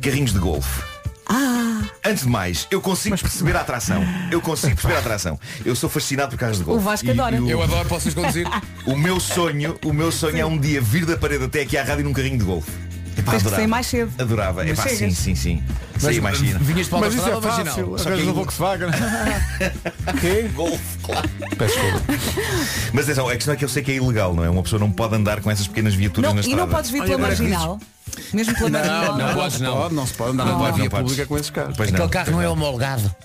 carrinhos de golfe. Ah, Antes de mais, eu consigo perceber a atração. Eu consigo perceber a atração. Eu sou fascinado por carros de golfe. O Vasco E- adora. e Eu adoro, posso os conduzir? (laughs) O meu sonho, o meu sonho é um dia vir da parede até aqui à rádio num carrinho de golfe. Tens que Epá, adorava. sair mais cedo. Adorava. Mas Epá, sim, chegas. sim, sim. Mas- Saí mais cedo. Vinhas para a Mas isso autostrada é ou vaginal? fácil, Só arranjas que um (laughs) Volkswagen. Quê? Golfe, claro. Mas atenção, a questão é que eu sei que é ilegal, não é? Uma pessoa não pode andar com essas pequenas viaturas Não, na e estrada. não podes vir pela marginal. Mesmo pela marginal. Pode, não se pode andar Não, numa não via podes. pública com é esses carros. Pois não, Aquele carro pois não é não. homologado.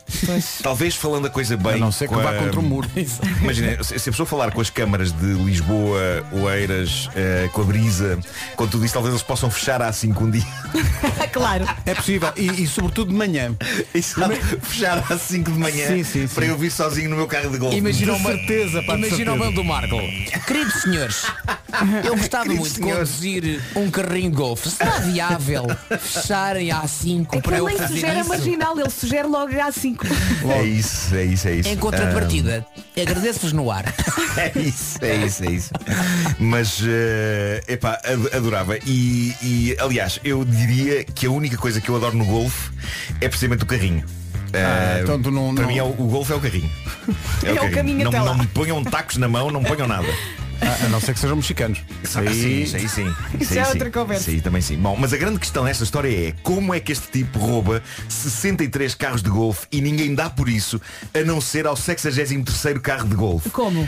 Talvez falando a coisa bem. A não ser que com vá contra um (laughs) muro. Imagina, se se a pessoa falar com as câmaras de Lisboa, Oeiras, eh, com a brisa, com tudo isso, talvez eles possam fechar há 5 um dia. claro. É possível. E, e sobretudo de (laughs) manhã. fechar às 5 de manhã Sim, sim, sim. para eu vir sozinho no meu carro de golfe. Imagina De o ma- certeza, pá, de Imagina o certeza. mail do Marco. Queridos (laughs) senhores, eu gostava Queridos muito de conduzir um carrinho de golfe. Será viável fecharem à 5 para É Ele eu nem fazer sugere a isso? marginal, ele sugere logo a 5. É isso, é isso, é isso. Ah. Em contrapartida, agradeço-vos no ar. (laughs) É isso, é isso, é isso. Mas, eh, epá, ad- adorava. E, e, aliás, eu diria que a única coisa que eu adoro no golfe é precisamente o carrinho. Eh, então tu não- para não- mim é o, o golfe é (laughs) o carrinho. É o caminho não, até lá. não me ponham tacos na mão, não me ponham nada. Ah, A, a não ser que sejam mexicanos. Isso aí, sim, isso aí sim. Isso aí é sim. outra conversa. Isso aí também sim. Bom, mas a grande questão nesta história é como é que este tipo rouba 63 carros de golfe e ninguém dá por isso a não ser ao 63º carro de golfe. Como?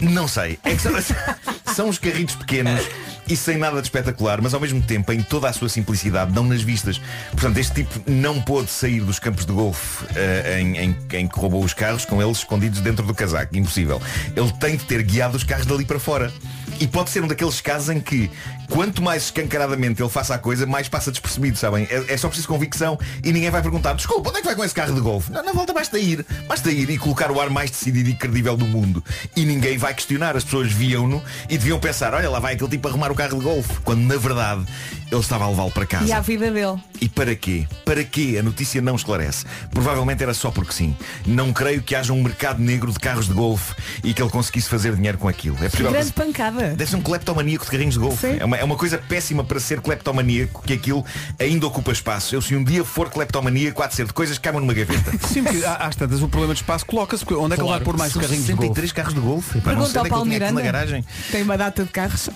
Não sei. É que são, (laughs) são os carritos pequenos e sem nada de espetacular, mas ao mesmo tempo em toda a sua simplicidade, não nas vistas. Portanto, este tipo não pôde sair dos campos de golfe eh, em, em, em que roubou os carros com eles escondidos dentro do casaco. Impossível. Ele tem de ter guiado os carros dali para fora. E pode ser um daqueles casos em que quanto mais escancaradamente ele faça a coisa, mais passa despercebido, sabem? É, é só preciso convicção e ninguém vai perguntar, desculpa, onde é que vai com esse carro de golfe? Não, na volta basta ir, basta ir e colocar o ar mais decidido e credível do mundo. E ninguém vai questionar, as pessoas viam-no e deviam pensar, olha lá vai aquele tipo a arrumar o carro de golfe, quando na verdade ele estava a levá-lo para casa. E à vida dele. E para quê? Para quê? A notícia não esclarece. Provavelmente era só porque sim. Não creio que haja um mercado negro de carros de golfe e que ele conseguisse fazer dinheiro com aquilo. É possível Grande que- pancada. Deve ser um cleptomaníaco de carrinhos de golfe. Sim. É uma, é uma coisa péssima para ser cleptomaníaco, que aquilo ainda ocupa espaço. Eu se um dia for cleptomaníaco, há de ser de coisas que cabem numa gaveta. Sim, porque há- às tantas o problema de espaço coloca-se. porque (laughs) Onde é que ele vai Claro, pôr mais são carrinhos de golfe? 63 carros de golfe. Pá, não sei Pergunta onde ao é que ele Paulo tinha aquilo (laughs) Miranda. na garagem. Tem uma data de carros.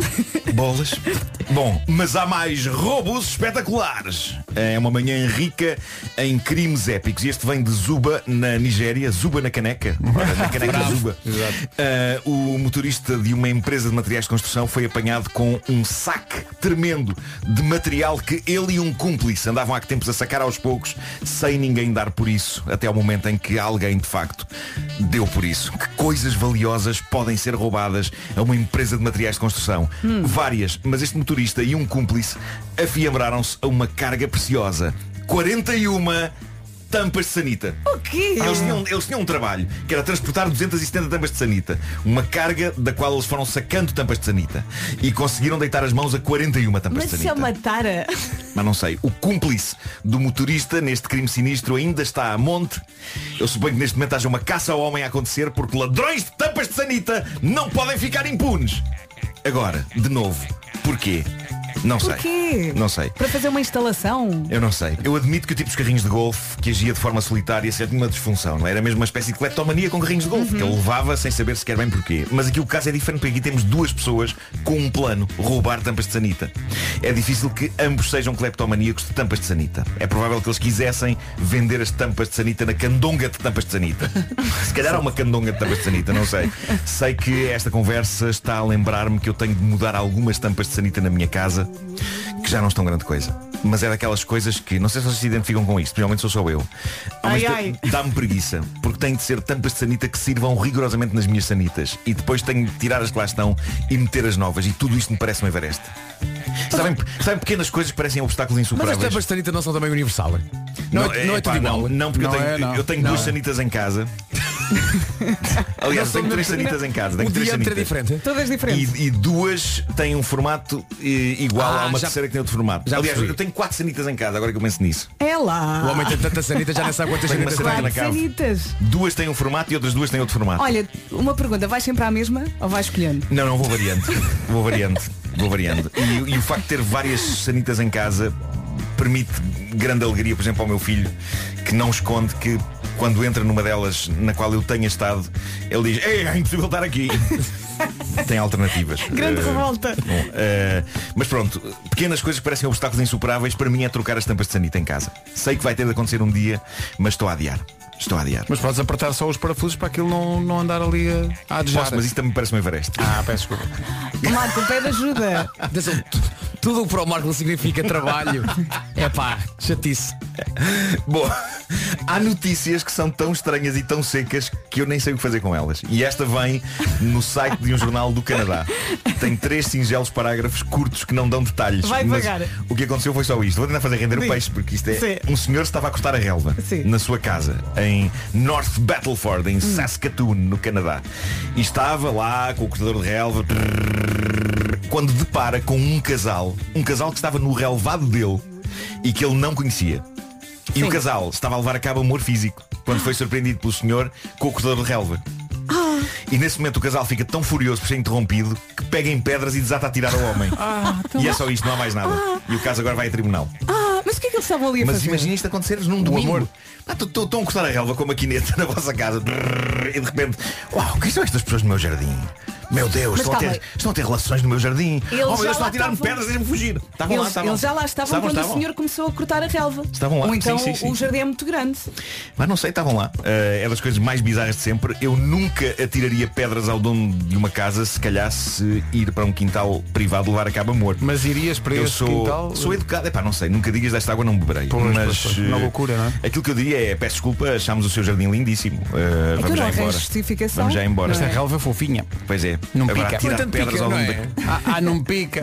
Bolas. Bom, mas há mais roubos espetaculares. É uma manhã rica em crimes épicos. E Este vem de Zuba, na Nigéria. Zuba na (laughs) caneca. Ora, Na caneca Bravo. Zuba. Ah, o motorista de uma empresa de materiais de construção foi apanhado com um saque tremendo de material que ele e um cúmplice andavam há que tempos a sacar aos poucos sem ninguém dar por isso, até ao momento em que alguém de facto deu por isso. Que coisas valiosas podem ser roubadas a uma empresa de materiais de construção? Hum. Várias, mas este motorista e um cúmplice afiambraram-se a uma carga preciosa. 41 tampas de sanita. O quê? Eles tinham, eles tinham um trabalho que era transportar 270 tampas de sanita. Uma carga da qual eles foram sacando tampas de sanita. E conseguiram deitar as mãos a 41 tampas Mas de se é sanita. uma tara. Mas não sei. O cúmplice do motorista neste crime sinistro ainda está a monte. Eu suponho que neste momento haja uma caça ao homem a acontecer porque ladrões de tampas de sanita não podem ficar impunes. Agora, de novo, porquê? Não sei. Porquê? Não sei. Para fazer uma instalação. Eu não sei. Eu admito que o tipo dos carrinhos de golfe que agia de forma solitária sempre tinha uma disfunção, não é? Era mesmo uma espécie de cleptomania com carrinhos de golfe, que ele levava sem saber sequer bem porquê. Mas aqui o caso é diferente, porque aqui temos duas pessoas com um plano, roubar tampas de sanita. É difícil que ambos sejam cleptomaníacos de tampas de sanita. É provável que eles quisessem vender as tampas de sanita na candonga de tampas de sanita. Se calhar há uma candonga de tampas de sanita, não sei. Sei que esta conversa está a lembrar-me que eu tenho de mudar algumas tampas de sanita na minha casa, que já não estão grande coisa. Mas é daquelas coisas que, não sei se vocês se identificam com isto, principalmente sou só eu. Ao mesmo Ai, tempo, Dá-me preguiça, porque tem de ser tampas de sanita que sirvam rigorosamente nas minhas sanitas. E depois tenho de tirar as que lá estão e meter as novas. E tudo isto me parece um Everest. Sabem, sabem pequenas coisas que parecem obstáculos Mas as insuperáveis. tampas de sanita não são também universais. Não, é, não é epá, tudo igual. Não, não, porque eu tenho, eu tenho é. duas sanitas (laughs) em casa. Aliás, eu tenho três sanitas em casa. Tenho O três diâmetro é sanitas. diferente. Todas diferentes. E, e duas têm um formato eh, igual Ah, a uma já- terceira que tem outro formato. já Aliás, percebi. eu tenho quatro sanitas em casa, agora que eu penso nisso. É lá. O homem tem tanta sanita, já não sabe quantas Tem sanitas tem Quatro na cave. sanitas. Duas têm um formato e outras duas têm outro formato. Olha, uma pergunta, vais sempre à mesma ou vais escolhendo? Não, não, vou variando. (laughs) Vou variando. Vou variando. E, e o facto de ter várias sanitas em casa permite grande alegria, por exemplo, ao meu filho, que não esconde que quando entra numa delas na qual eu tenha estado, ele diz, ei, é impossível estar (laughs) aqui. Tem alternativas. Grande Eh, revolta. bom, eh, mas pronto, pequenas coisas que parecem obstáculos insuperáveis, para mim é trocar as tampas de sanita em casa. Sei que vai ter de acontecer um dia, mas estou a adiar. Estou a adiar. Mas podes apertar só os parafusos para aquilo não, não andar ali a, a adejar. Posso, mas isso também parece um Everest. Ah, peço desculpa. Marco, pede ajuda. (laughs) Atenção, tu- Tudo o que para o Marco significa (laughs) trabalho. É pá, chatice. Bom, (laughs) há notícias que são tão estranhas e tão secas que eu nem sei o que fazer com elas. E esta vem no site de um jornal do Canadá. Tem três singelos parágrafos curtos que não dão detalhes. Vai mas devagar. O que aconteceu foi só isto. Vou tentar fazer render Diz. o peixe, porque isto é. Sim. Um senhor estava a cortar a relva na sua casa, em North Battleford, Hum. em Saskatoon, no Canadá. E estava lá com o cortador de relva. Quando depara com um casal, um casal que estava no relvado dele e que ele não conhecia. E o casal estava a levar a cabo amor físico quando foi surpreendido pelo senhor com o cortador de relva. Ah. E nesse momento o casal fica tão furioso por ser interrompido que pega em pedras e desata a tirar ao homem. Ah, então- E é só isto, não há mais nada. E o caso agora vai a tribunal. Ah, mas o que é que eles estavam ali a Mas Ah. fazer? imagina isto acontecer num domingo. Ah, Estão a cortar a relva com uma quineta (laughs) na vossa casa Brrr, e de repente, uau, quem são estas pessoas no meu jardim? Meu Deus, Mas estão a, calma ter, estão a ter relações no meu jardim. Eles oh, meu já Deus, estão lá a tirar-me estavam. pedras e deixa-me fugir. Estavam eles, lá, estavam. eles já lá estavam, quando estavam. o senhor começou a cortar a relva. Estavam lá, Ou então sim, sim, sim. o jardim é muito grande. Mas não sei, estavam lá. Eh, é das coisas mais bizarras de sempre. Eu nunca atiraria pedras ao dono de uma casa se calhar se ir para um quintal privado levar a cabo amor. Mas irias para eu esse sou, quintal? Sou educado, epá, não sei, nunca digas desta água não beberei. Pois, mas pois, pois. Uma eh, loucura, não é? Aquilo que eu diria é, peço desculpa, achámos o seu jardim lindíssimo. Eh, vamos não já arranjas embora. justificação, Vamos já embora. não é? Esta relva fofinha. Pois é. Não Agora, pica. é? Tirar pedras ao dono da... Ah, ah, não pica.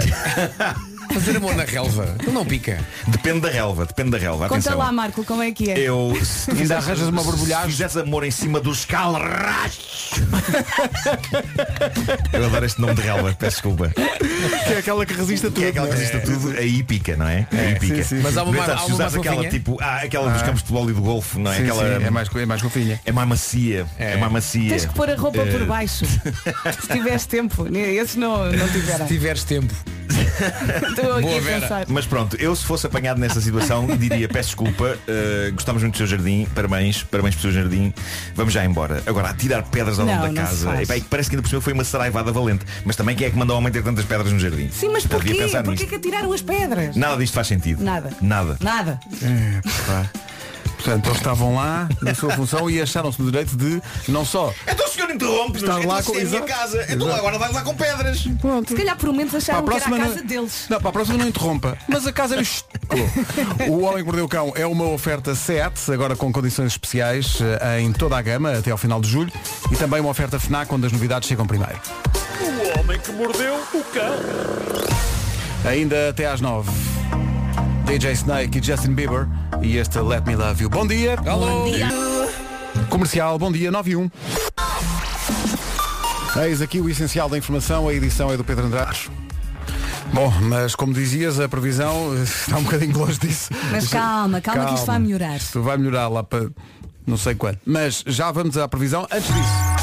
Fazer amor na relva. Ele não pica. Depende da relva, depende da relva. Conta Atenção. lá, Marco, como é que é? Eu se Ainda fizesse- arranjas uma borbulhagem. Se fizesse amor em cima dos calras. Eu adoro este nome de relva, peço desculpa. (laughs) Que é aquela que resiste a tudo. Que é aquela que resiste a tudo, aí pica, não é? Aí É, pica. sim, sim, Mas sim. há uma No mais- entanto, há se uma é? usares mais aquela fofinha? tipo, ah, aquela dos Ah. campos de futebol e do golfe, não é? Sim, aquela sim, é mais, é mais fofinha. É mais macia. É, mais macia. Tens que pôr a roupa por Eh, (laughs) baixo. se tiveres tempo. Esses não, não tiveram. tiveres tempo. Estou aqui a pensar. Mas pronto, eu se fosse apanhado nessa situação (laughs) diria peço desculpa, eh, gostamos muito do seu jardim, parabéns, parabéns pelo seu jardim, vamos já embora. Agora, a tirar pedras ao Não, longo não da se casa, faz. epá, e parece que ainda por cima foi uma saraivada valente, mas também quem é que mandou o homem ter tantas pedras no jardim? Sim, mas Eu porquê? devia pensar Porquê nisto. que atiraram as pedras? Nada disto faz sentido. Nada. Nada. Nada. É, pá. Portanto, eles estavam lá na sua função e acharam-se no direito de não só Então o senhor interrompe-nos, Estar lá então isto com- é a minha Exato. casa, então Exato. agora vai lá com pedras. Se calhar por momentos acharam que era a casa não... deles. Não, para a próxima não (laughs) interrompa. Mas a casa era isto. O Homem que Mordeu o Cão é uma oferta SEAT, agora com condições especiais eh, em toda a gama até ao final de julho e também uma oferta FNAC onde as novidades chegam primeiro. O homem que mordeu o cão. Ainda até às nove. DJ Snake e Justin Bieber e este Let Me Love You. Bom dia. Bom dia. Comercial, bom dia, 9 e 1. Eis aqui o essencial da informação, a edição é do Pedro Andrade. Bom, mas como dizias, a previsão eh, está um bocadinho longe disso. é- Mas calma, calma que isto vai melhorar. Isto vai melhorar lá para não sei quando. Mas já vamos à previsão. Antes disso.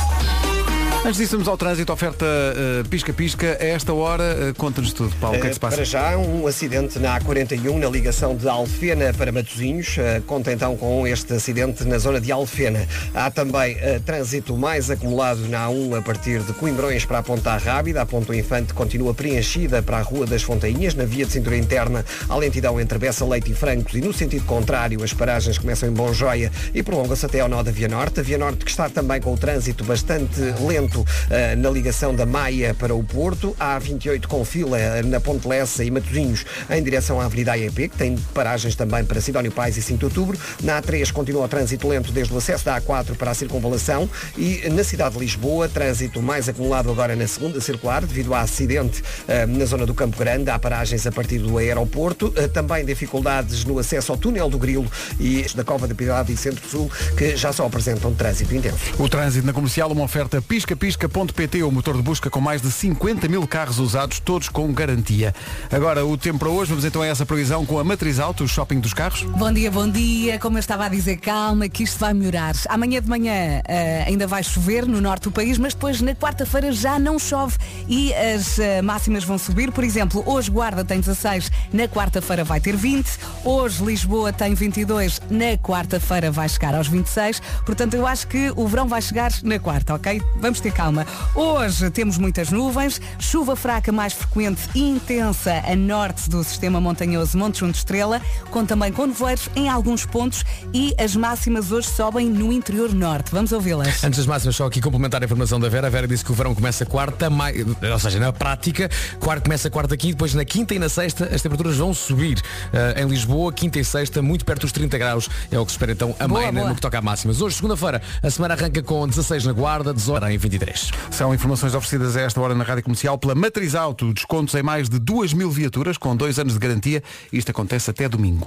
Antes disso, vamos ao trânsito, oferta eh, pisca-pisca. a esta hora, eh, conta-nos tudo, Paulo, o que é que se passa? Para já, um acidente na A41, na ligação de Alfena para Matosinhos. Eh, Conta então com este acidente na zona de Alfena. Há também eh, trânsito mais acumulado na A1 a partir de Coimbrões para a Ponta Rábida. A Ponta Infante continua preenchida para a Rua das Fontainhas. Na via de cintura interna, a lentidão entre Bessa Leite e Francos. E no sentido contrário, as paragens começam em Bom Joia e prolongam-se até ao nó da Via Norte. A Via Norte que está também com o trânsito bastante lento eh, na ligação da Maia é para o Porto. Há a 28 com fila eh, na Ponte Lessa e Matosinhos em direção à Avenida AEP, que tem paragens também para Sidónio Pais e 5 de Outubro. Na A3 continua o trânsito lento desde o acesso da A4 para a circunvalação e na cidade de Lisboa, trânsito mais acumulado agora na segunda circular devido a acidente eh, na zona do Campo Grande. Há paragens a partir do aeroporto. Eh, Também dificuldades no acesso ao túnel do Grilo e da Cova da Piedade e Centro-Sul, que já só apresentam trânsito intenso. O trânsito na comercial, uma oferta pisca-pisca. pisca-pisca.pt, o motor de busca com mais de 50 mil carros usados, todos com garantia. Agora, o tempo para hoje, vamos então a essa previsão com a Matriz Auto, o shopping dos carros. Bom dia, bom dia. Como eu estava a dizer, calma, que isto vai melhorar. Amanhã de manhã eh, ainda vai chover no norte do país, mas depois na quarta-feira já não chove e as eh, máximas vão subir. Por exemplo, hoje Guarda tem 16, na quarta-feira vai ter 20. Hoje Lisboa tem 22, na quarta-feira vai chegar aos 26. Portanto, eu acho que o verão vai chegar na quarta, ok? Vamos ter calma. Hoje temos muitas nuvens, chuva fraca mais frequente e intensa a norte do sistema montanhoso Monte Junto Estrela, com também com nevoeiros em alguns pontos e as máximas hoje sobem no interior norte. Vamos ouvi-las. Antes das máximas, só aqui complementar a informação da Vera. A Vera disse que o verão começa quarta, mai... ou seja, na prática, quarta começa quarta aqui, depois na quinta e na sexta as temperaturas vão subir. Ah, em Lisboa, quinta e sexta, muito perto dos 30 graus, é o que se espera então a Boa, meia boa. no que toca a máximas. Hoje, segunda-feira, a semana arranca com 16 na guarda, 18 em 23. São informações oferecidas a esta hora na Rádio Comercial pela Matriz Auto. Descontos em mais de 2 mil viaturas com dois anos de garantia. Isto acontece até domingo.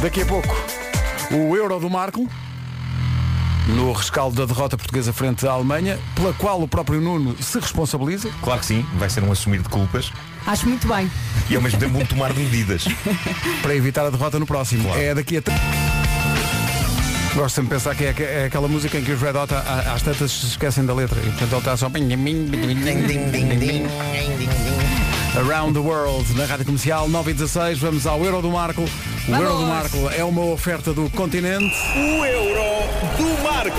Daqui a pouco, o Euro do Marco. No rescaldo da derrota portuguesa frente à Alemanha, pela qual o próprio Nuno se responsabiliza. Claro que sim, vai ser um assumir de culpas Acho muito bem. e ao mesmo tempo um tomar de medidas. (laughs) Para evitar a derrota no próximo. É daqui a. tre- Gosto sempre de pensar que é, aqua- é aquela música em que os Red Hot a- às tantas se esquecem da letra. E portanto ele está só. Around the World na Rádio Comercial 9 e 16, vamos ao Euro do Marco. O Euro do Marco é uma oferta do continente. O euro do Marco.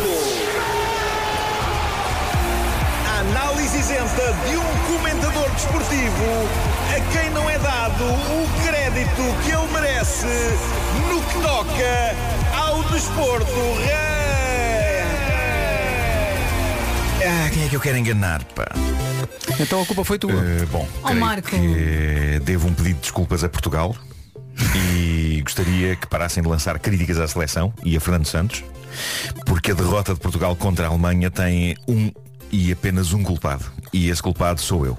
Análise isenta de um comentador desportivo a quem não é dado o crédito que ele merece no que toca ao desporto. Ah, quem é que eu quero enganar, pá? Eh, Então a culpa foi tua. bom, Oh, creio Marco. que devo um pedido de desculpas a Portugal e (laughs) gostaria que parassem de lançar críticas à seleção e a Fernando Santos, porque a derrota de Portugal contra a Alemanha tem um e apenas um culpado. E esse culpado sou eu.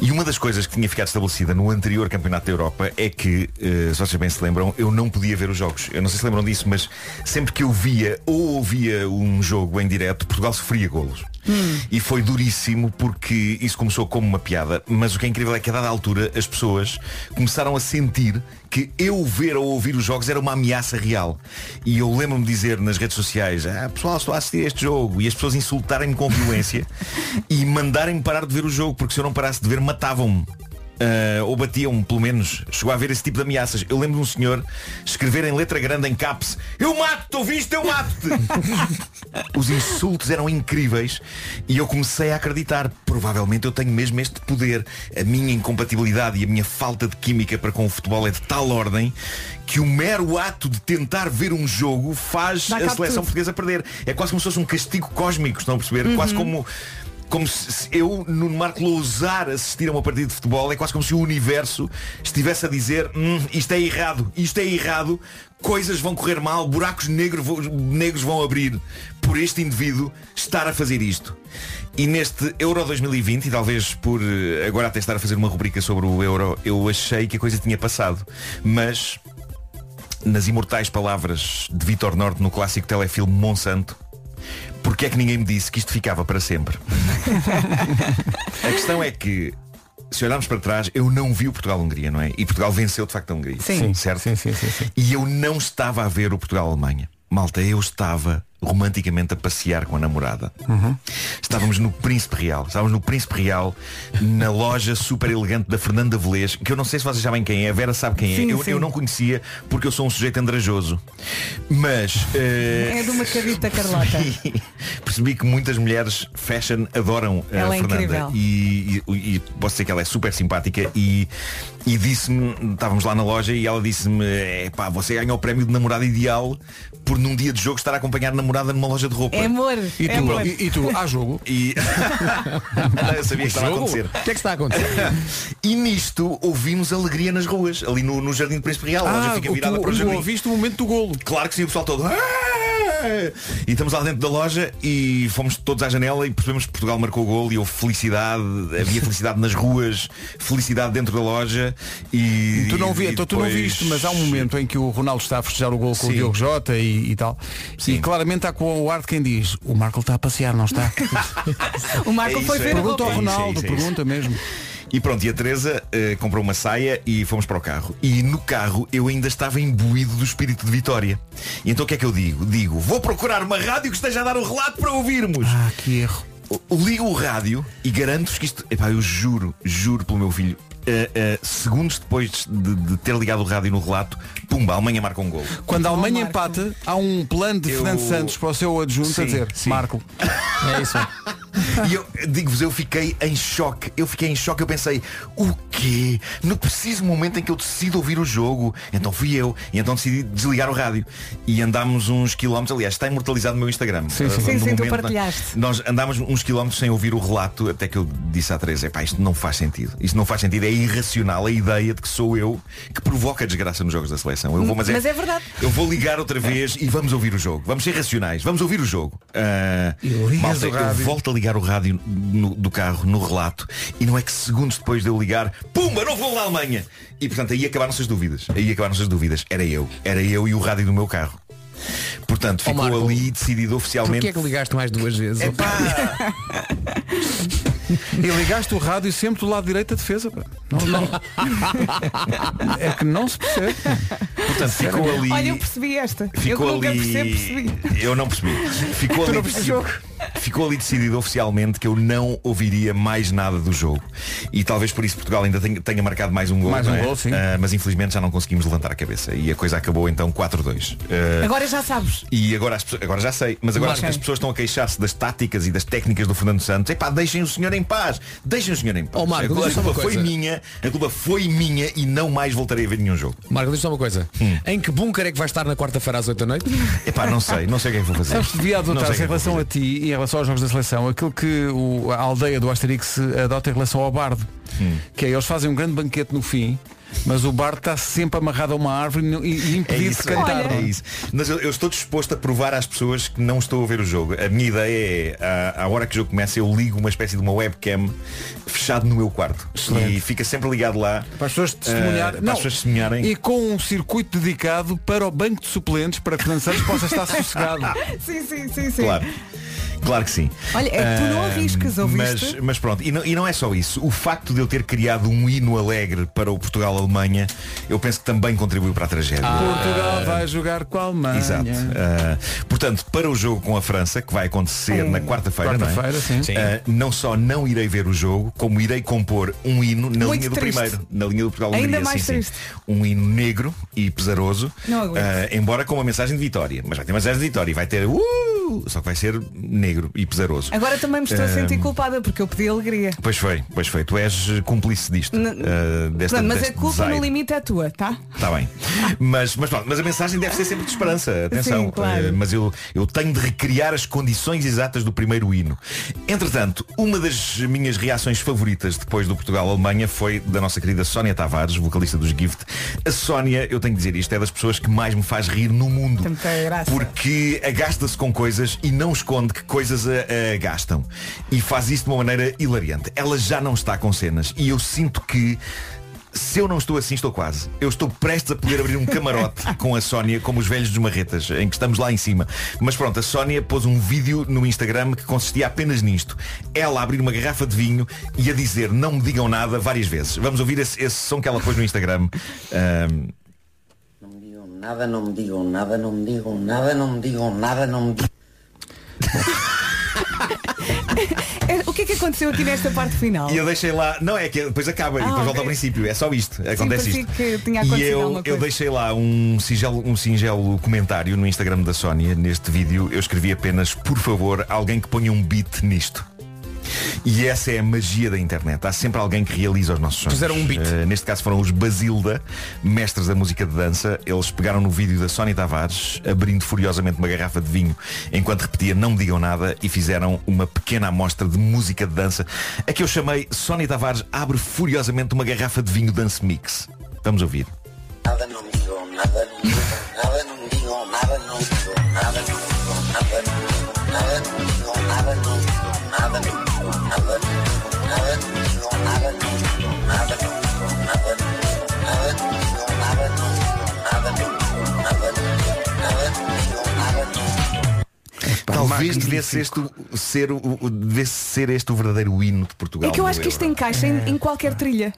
E uma das coisas que tinha ficado estabelecida no anterior Campeonato da Europa é que, eh, se vocês bem se lembram, eu não podia ver os jogos. Eu não sei se lembram disso, mas sempre que eu via ou ouvia um jogo em direto, Portugal sofria golos. E foi duríssimo porque isso começou como uma piada, mas o que é incrível é que a dada altura as pessoas começaram a sentir que eu ver ou ouvir os jogos era uma ameaça real. E eu lembro-me de dizer nas redes sociais, ah, pessoal, estou a assistir a este jogo, e as pessoas insultarem-me com violência e mandarem-me parar de ver o jogo, porque se eu não parasse de ver, matavam-me. Ah, ou batiam-me, pelo menos. Chegou a haver esse tipo de ameaças. Eu lembro de um senhor escrever em letra grande em caps, eu mato, tu viste, eu mato-te. Os insultos eram incríveis e eu comecei a acreditar. Provavelmente eu tenho mesmo este poder. A minha incompatibilidade e a minha falta de química para com o futebol é de tal ordem que o mero ato de tentar ver um jogo faz Dá a cabo de seleção tudo. portuguesa perder. É quase como se fosse um castigo cósmico, estão a perceber? Uhum. Quase como. Como se se eu, Nuno Marco, ousar assistir a uma partida de futebol, é quase como se o universo estivesse a dizer "Hum, isto é errado, isto é errado, coisas vão correr mal, buracos negro vo- negros vão abrir por este indivíduo estar a fazer isto. E neste Euro 2020, e talvez por eh, agora até estar a fazer uma rubrica sobre o Euro, eu achei que a coisa tinha passado. Mas nas imortais palavras de Vitor Norte no clássico telefilme Monsanto, porque é que ninguém me disse que isto ficava para sempre? (laughs) a questão é que, se olharmos para trás, eu não vi o Portugal-Hungria, não é? E Portugal venceu de facto a Hungria. Sim. Sim, Certo? E eu não estava a ver o Portugal-Alemanha. Malta, eu estava romanticamente a passear com a namorada. Estávamos no Príncipe Real. Estávamos no Príncipe Real, na loja super elegante da Fernanda Velez, que eu não sei se vocês sabem quem é, a Vera sabe quem é. Sim, eu, sim. eu não conhecia porque eu sou um sujeito andrajoso. Mas eh, É de uma carita Carlota. percebi que muitas mulheres fashion adoram a Ela é Fernanda. incrível. e, e, e posso dizer que ela é super simpática e, e disse-me, estávamos lá na loja e ela disse-me, "É pá, você ganhou o prémio de namorada ideal por num dia de jogo estar a acompanhar a namorada numa loja de roupa. É amor. é amor. há jogo. E... (laughs) Não, eu sabia que estava a Jogo? acontecer. O que é que está a acontecer? e nisto ouvimos alegria nas ruas, ali no, no Jardim do Príncipe Real. a Ah, loja fica virada tu, para o tu jardim. ouviste o momento do golo. Claro que sim, o pessoal todo. "Ah!" E estamos lá dentro da loja e fomos todos à janela e percebemos que Portugal marcou o gol e houve felicidade, havia felicidade nas ruas, felicidade dentro da loja e. Tu não, vi, e então tu não depois- (laughs) viste, mas há um momento em que o Ronaldo está a festejar o gol com o Diogo Jota e, e tal. E claramente está com o ar de quem diz, o Marco está a passear, não (laughs) está? O Marco É foi ver o Pergunta ao gol. Ronaldo, pergunta mesmo. E pronto, e a Teresa eh, comprou uma saia e fomos para o carro. E no carro eu ainda estava imbuído do espírito de vitória. E então o que é que eu digo? Digo, vou procurar uma rádio que esteja a dar o relato para ouvirmos. Ah, que erro. Ligo o rádio e garanto-vos que isto. Epá, eu juro, juro pelo meu filho. eh, eh, segundos depois de, de ter ligado o rádio no relato, pumba, a Alemanha marca um gol. Quando a Alemanha empata, há um plano de Eu- Fernando Santos para o seu adjunto a Sim, dizer, sim. Marco. É isso. (laughs) e eu digo-vos, eu fiquei em choque. Eu fiquei em choque. Eu pensei, o quê? No preciso momento em que eu decido ouvir o jogo. Então fui eu. E então decidi desligar o rádio. E andámos uns quilómetros. Aliás, está imortalizado no meu Instagram. Sim, sim. Uh, Sim, no sim, tu momento, partilhaste. Nós andámos uns quilómetros sem ouvir o relato. Até que eu disse à Teresa, pá, isto não faz sentido. Isto não faz sentido. É irracional a ideia de que sou eu que provoca a desgraça nos jogos da seleção. Eu vou, mas, Mas é verdade. eu vou ligar outra vez e vamos ouvir o jogo. Vamos ser racionais. Vamos ouvir o jogo. Ah, malta, o eu rádio. volto a ligar o rádio no- do carro no relato e não é que segundos depois de eu ligar, pumba, não vou da Alemanha. E portanto aí acabaram-se as dúvidas. Aí acabaram-se as dúvidas. Era eu. Era eu e o rádio do meu carro. Portanto, ficou ali decidido oficialmente. Porquê é que ligaste mais duas vezes? E ligaste o rádio sempre do lado direito da defesa. pá. Não, não. (laughs) É que não se percebe. Portanto, (laughs) ficou ali. Olha, eu percebi esta. Ficou eu que nunca ali. percebo, percebi. Eu não percebi. Ficou Tu ali. não percebes? Ficou ali decidido oficialmente que eu não ouviria mais nada do jogo. E talvez por isso Portugal ainda tenha, tenha marcado mais um gol. Mais não um é? gol, sim. Ah, mas infelizmente já não conseguimos levantar a cabeça. E a coisa acabou então 4-2. Ah, Agora já sabes. e agora, as, pessoas- agora já sei, mas agora Ok. as pessoas estão a queixar-se das táticas e das técnicas do Fernando Santos. Epá, deixem o senhor em paz. Deixem o senhor em paz. Oh, Marco, a culpa, a diz-me uma culpa foi coisa. minha, a culpa foi minha e não mais voltarei a ver nenhum jogo. Marco, diz-me só uma coisa. Em que bunker é que vai estar na quarta-feira às 8 da noite? Hum. (laughs) Epá, não sei, não sei o que é que vou fazer. Sabes que devia tá Não sei adotar o em que é que vou relação a ti e em relação aos jogos da seleção aquilo que o- a aldeia do Asterix adota em relação ao bardo. Hum. Que é, eles fazem um grande banquete no fim, mas o bardo está sempre amarrado a uma árvore e, e É impedido isso, de cantar. não é é? isso. Mas eu, eu estou disposto a provar às pessoas que não estou a ver o jogo. A minha ideia é, à, à hora que o jogo começa, eu ligo uma espécie de uma webcam fechado no meu quarto. Excelente. E fica sempre ligado lá. Para as pessoas eh, testemunharem. para as pessoas testemunharem. E com um circuito dedicado para o banco de suplentes para que o Fernando Santos possa estar (laughs) sossegado. Ah. Sim, sim, sim, sim. Claro. Claro que sim. Olha, é que tu não Ah, arriscas, ouviste? Mas, mas pronto, e não, e não é só isso. O facto de eu ter criado um hino alegre para o Portugal-Alemanha, eu penso que também contribuiu para a tragédia. Ah. Portugal vai jogar com a Alemanha. Exato. Uh, portanto, para o jogo com a França, que vai acontecer na quarta-feira, não, é? Quarta-feira, sim. Sim. Uh, não só não irei ver o jogo, como irei compor um hino na Muito linha do triste. primeiro. Na linha do Portugal Ainda Hungria, mais sim, sim. triste. Um hino negro e pesaroso, Não aguento. uh, embora com uma mensagem de vitória. Mas vai ter uma mensagem de vitória e vai ter uh, só que vai ser negro e pesaroso. Agora também me estou a sentir Um, culpada porque eu pedi alegria. Pois foi, pois foi. Tu és cúmplice disto. N- uh, desta, Portanto, mas a deste culpa desaire. no limite é tua, tá? Está bem. Mas, mas, pronto, mas a mensagem deve ser sempre de esperança. Atenção. Sim, claro. Eh, Mas eu, eu tenho de recriar as condições exatas do primeiro hino. Entretanto, uma das minhas reações favoritas depois do Portugal-Alemanha foi da nossa querida Sónia Tavares, vocalista dos Gift. A Sónia, eu tenho de dizer isto, é das pessoas que mais me faz rir no mundo. Tem muita graça. Porque agasta-se com coisas e não esconde que coisas a, a gastam. E faz isso de uma maneira hilariante. Ela já não está com cenas. E eu sinto que se eu não estou assim, estou quase. Eu estou prestes a poder abrir um camarote com a Sónia, como os velhos dos marretas, em que estamos lá em cima. Mas pronto, a Sónia pôs um vídeo no Instagram que consistia apenas nisto. Ela a abrir uma garrafa de vinho e a dizer não me digam nada várias vezes. Vamos ouvir esse, esse som que ela pôs no Instagram. Ahm, Nada, não me digam nada, não me digam nada, não me digam nada, não me digam. É, O que é que aconteceu aqui nesta parte final? E eu deixei lá, não é que depois acaba e Ah, depois volta ao ok. princípio, é só isto, acontece parecia isto. que tinha e acontecido eu, alguma eu coisa. É deixei lá um singelo, um singelo comentário no Instagram da Sónia, neste vídeo, eu escrevi apenas, por favor, alguém que ponha um beat nisto. E essa é a magia da internet. Há sempre alguém que realiza os nossos sonhos. Fizeram um beat. Eh, neste caso foram os Basilda, mestres da música de dança. Eles pegaram no vídeo da Sónia Tavares, abrindo furiosamente uma garrafa de vinho enquanto repetia Não Me Digam Nada e fizeram uma pequena amostra de música de dança a que eu chamei Sónia Tavares abre furiosamente uma garrafa de vinho Dance Mix. Vamos ouvir. Nada, não me digam nada, não me digam nada, não me digam nada, não me digam nada, não me digam Talvez devesse este, o- ser, o, o- devesse ser este o verdadeiro hino de Portugal. É que eu no acho que isto Euro. encaixa em, em qualquer trilha.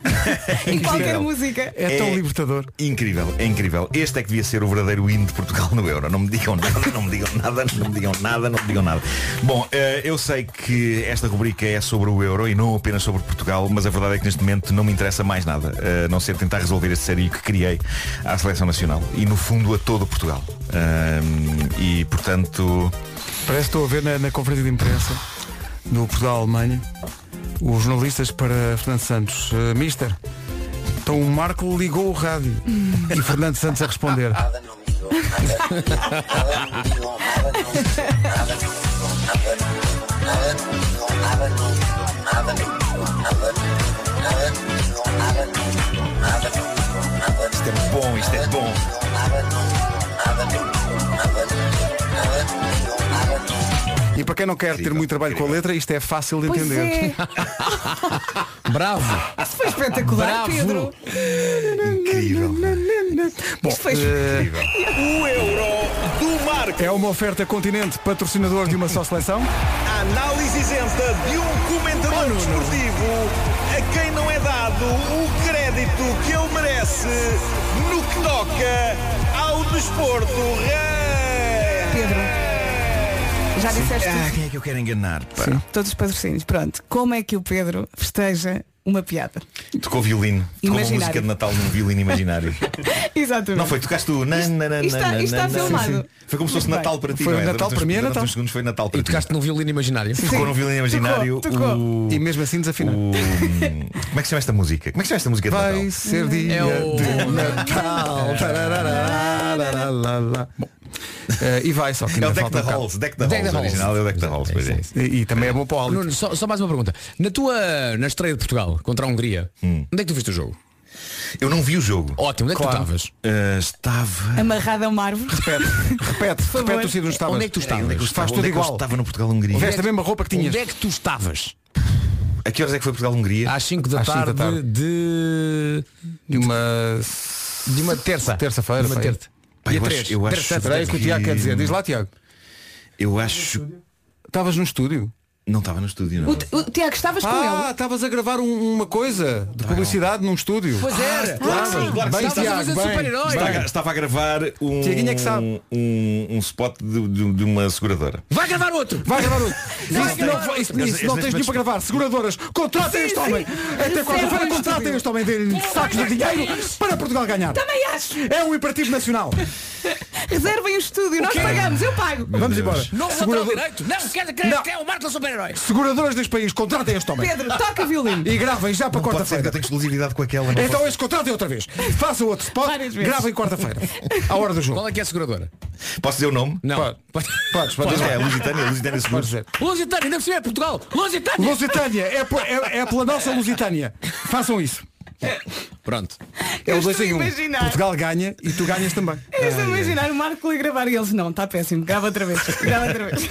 em qualquer Incrível. música. libertador. É Incrível, é incrível. Este é que devia ser o verdadeiro hino de Portugal no Euro. Não me digam nada, não me digam nada, não me digam nada, não me digam nada. Bom, eh, eu sei que esta rubrica é sobre o Euro e não apenas sobre Portugal, mas a verdade é que neste momento não me interessa mais nada, eh, a não ser tentar resolver este sério que criei à Seleção Nacional e, no fundo, a todo Portugal. Ahm, e, portanto, Parece que estou a ver na, na conferência de imprensa do Portugal-Alemanha os jornalistas para Fernando Santos. Eh, Mister, então o Marco ligou o rádio e Fernando Santos a responder. isto é bom, isto é bom. E para quem não quer ter muito trabalho com a letra, isto é fácil de Pois é. entender. Bravo! Isso foi espetacular, Bravo. Pedro. Incrível. Bom, Isto foi eh, O euro do Marco. É uma oferta continente, patrocinador de uma só seleção. A análise isenta de um comentador desportivo a quem não é dado o crédito que ele merece no que toca ao desporto. Pedro, já disseste Ah, tudo. quem é que eu quero enganar? Pá. todos os patrocínios. Pronto, como é que o Pedro festeja uma piada? Tocou violino. Tocou uma Imaginário. música de Natal num violino (laughs) imaginário. Exatamente. Não foi, tocaste tu. Na, na, na, isto está- na, isto está na, na. filmado. Sim, sim. Foi como se fosse Muito Natal bem. para ti. Foi não é? Natal Durante para mim é uns- durante Natal. uns segundos foi Natal para E ti. tocaste num violino imaginário. Sim. Tocou num violino Tocou, imaginário. tocou. o- E mesmo assim desafinar. o- Como é que se chama esta música? Como é que se chama esta música de Vai Natal? ser É dia É de Natal. Tarararararararará. Bom, eh, e vai só que É ainda o Deck falta the um bocado. Halls. Deck the Halls. O original é o Deck the Halls. pois é. E, e também é bom para o Alito. Nuno, só, só mais uma pergunta. Na tua na estreia de Portugal contra a Hungria, onde é que tu viste o jogo? Hum. Eu não vi o jogo. Ótimo, onde é que Claro. Eh, tu estavas? estava. Amarrado a uma árvore. Repete, (laughs) repete, favor. repete o sítio onde estavas. Onde é que tu Espera aí, estavas? onde é que eu Faz estava? tudo Onde é que eu igual. estava no Portugal-Hungria? Veste a mesma roupa que tinhas. Onde é que tu estavas? A que horas é que foi Portugal-Hungria? Às 5 da, Às cinco da tarde, tarde. de. Eh, De uma. De uma terça. Terça-feira. De uma pai. terça. Pá, Dia eu três. acho- eu acho Terça-feira. Espera aí que o Tiago que- quer dizer. Diz lá, Tiago. Eu acho. Estavas no estúdio? Não estava no estúdio, não. O, Ti- o Tiago, estavas com Ah, ele? estavas a gravar um- uma coisa de publicidade num estúdio. Pois era. Tá Ah, Claro, que sim, claro que Bem, sim. Estavas a Tiago, fazer de bem. super-herói. Estava, estava a gravar um, Tiaguinho é que sabe. um, um spot de, de- de uma seguradora. Vai gravar outro! Vai gravar outro. Isso gravar não, isso- isso outro. Este- não este tens nenhum neste- para gravar. Seguradoras, contratem este homem. Até quarta-feira, contratem este homem. Dê-lhe sacos de dinheiro para Portugal ganhar. Também acho. É um imperativo nacional. Reservem o estúdio, nós pagamos, eu pago. Vamos Deus. embora. Não vou Segurado- lateral direito! Não, quer Não. quer quer o Marco é um super-herói! Seguradoras deste país, contratem este homem. Pedro, toca violino. E gravem já para Pode ser que eu quarta-feira. tenha exclusividade com aquela. não Então este contratem outra vez. Façam outro spot. Várias vezes. Gravem quarta-feira. À hora do jogo. Qual é que é a seguradora? posso. Posso dizer o nome? Não. Pode. Podes, Pois podes. é, Lusitânia, Lusitânia Podes Seguros. dizer. Lusitânia, ainda por cima é Portugal! Lusitânia! Lusitânia, é, pe- é- é pela nossa Lusitânia. Façam isso. Pronto. É Eu o dois estou a em um. imaginar. Portugal ganha e tu ganhas também. Eu estou a É imaginar o Marco ali gravar e eles não, está péssimo, grava outra vez, grava outra vez.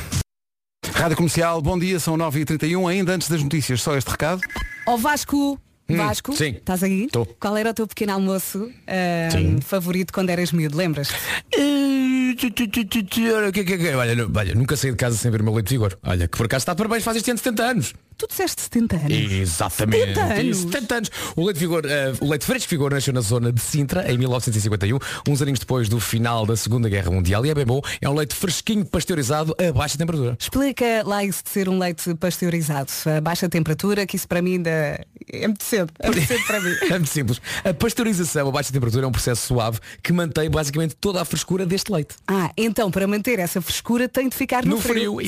Rádio Comercial, bom dia, são 9h31, ainda antes das notícias, só este recado. Ó Vasco, Vasco, Hum, sim. estás aí? Tô. Qual era o teu pequeno almoço ah, favorito quando eras miúdo, lembras? Eh, tu, tu, tu, tu, tu, Olha, o que é que- que- olha, nu- olha, nunca saí de casa sem ver o meu leite de vigor. Olha, que por acaso está de parabéns, faz este ano 70 anos. Tu disseste 70 anos. Exatamente. 70 anos. 70 anos. O leite, de vigor, eh, o leite fresco de vigor nasceu na zona de Sintra em 1951, uns aninhos depois do final da Segunda Guerra Mundial. E é bem bom, é um leite fresquinho pasteurizado a baixa temperatura. Explica lá isso de ser um leite pasteurizado, a baixa temperatura, que isso para mim ainda é muito cedo. É muito cedo para mim. (laughs) É muito simples. A pasteurização a baixa temperatura é um processo suave que mantém basicamente toda a frescura deste leite. Ah, então para manter essa frescura tem de ficar no, No frio, Certo.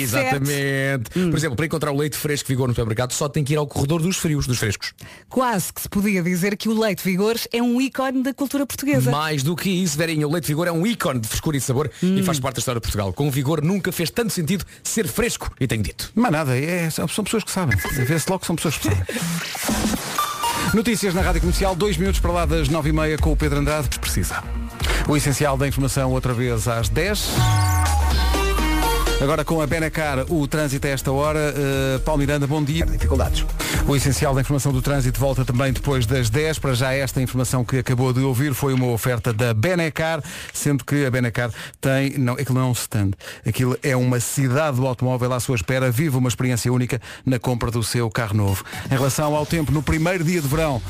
exatamente. Por exemplo, para encontrar o leite fresco vigor no supermercado, só tem que ir ao corredor dos frios, dos frescos. Quase que se podia dizer que o leite Vigores é um ícone da cultura portuguesa. Mais do que isso, Verinha, o leite vigor é um ícone de frescura e sabor e faz parte da história de Portugal. Com o vigor nunca fez tanto sentido ser fresco, e tenho dito. Mas nada, é, são são pessoas que sabem. Vê-se logo que são pessoas que sabem. Notícias na Rádio Comercial, dois minutos para lá das 9h30 com o Pedro Andrade. Precisa. O essencial da informação outra vez às 10. Agora com a Benacar, o trânsito a esta hora. Uh, Paulo Miranda, bom dia. Dificuldades. O essencial da informação do trânsito volta também depois das 10. Para já esta informação que acabou de ouvir foi uma oferta da Benacar, sendo que a Benacar tem, não, aquilo não é um stand, aquilo é uma cidade do automóvel à sua espera. Vive uma experiência única na compra do seu carro novo. Em relação ao tempo, no primeiro dia de verão,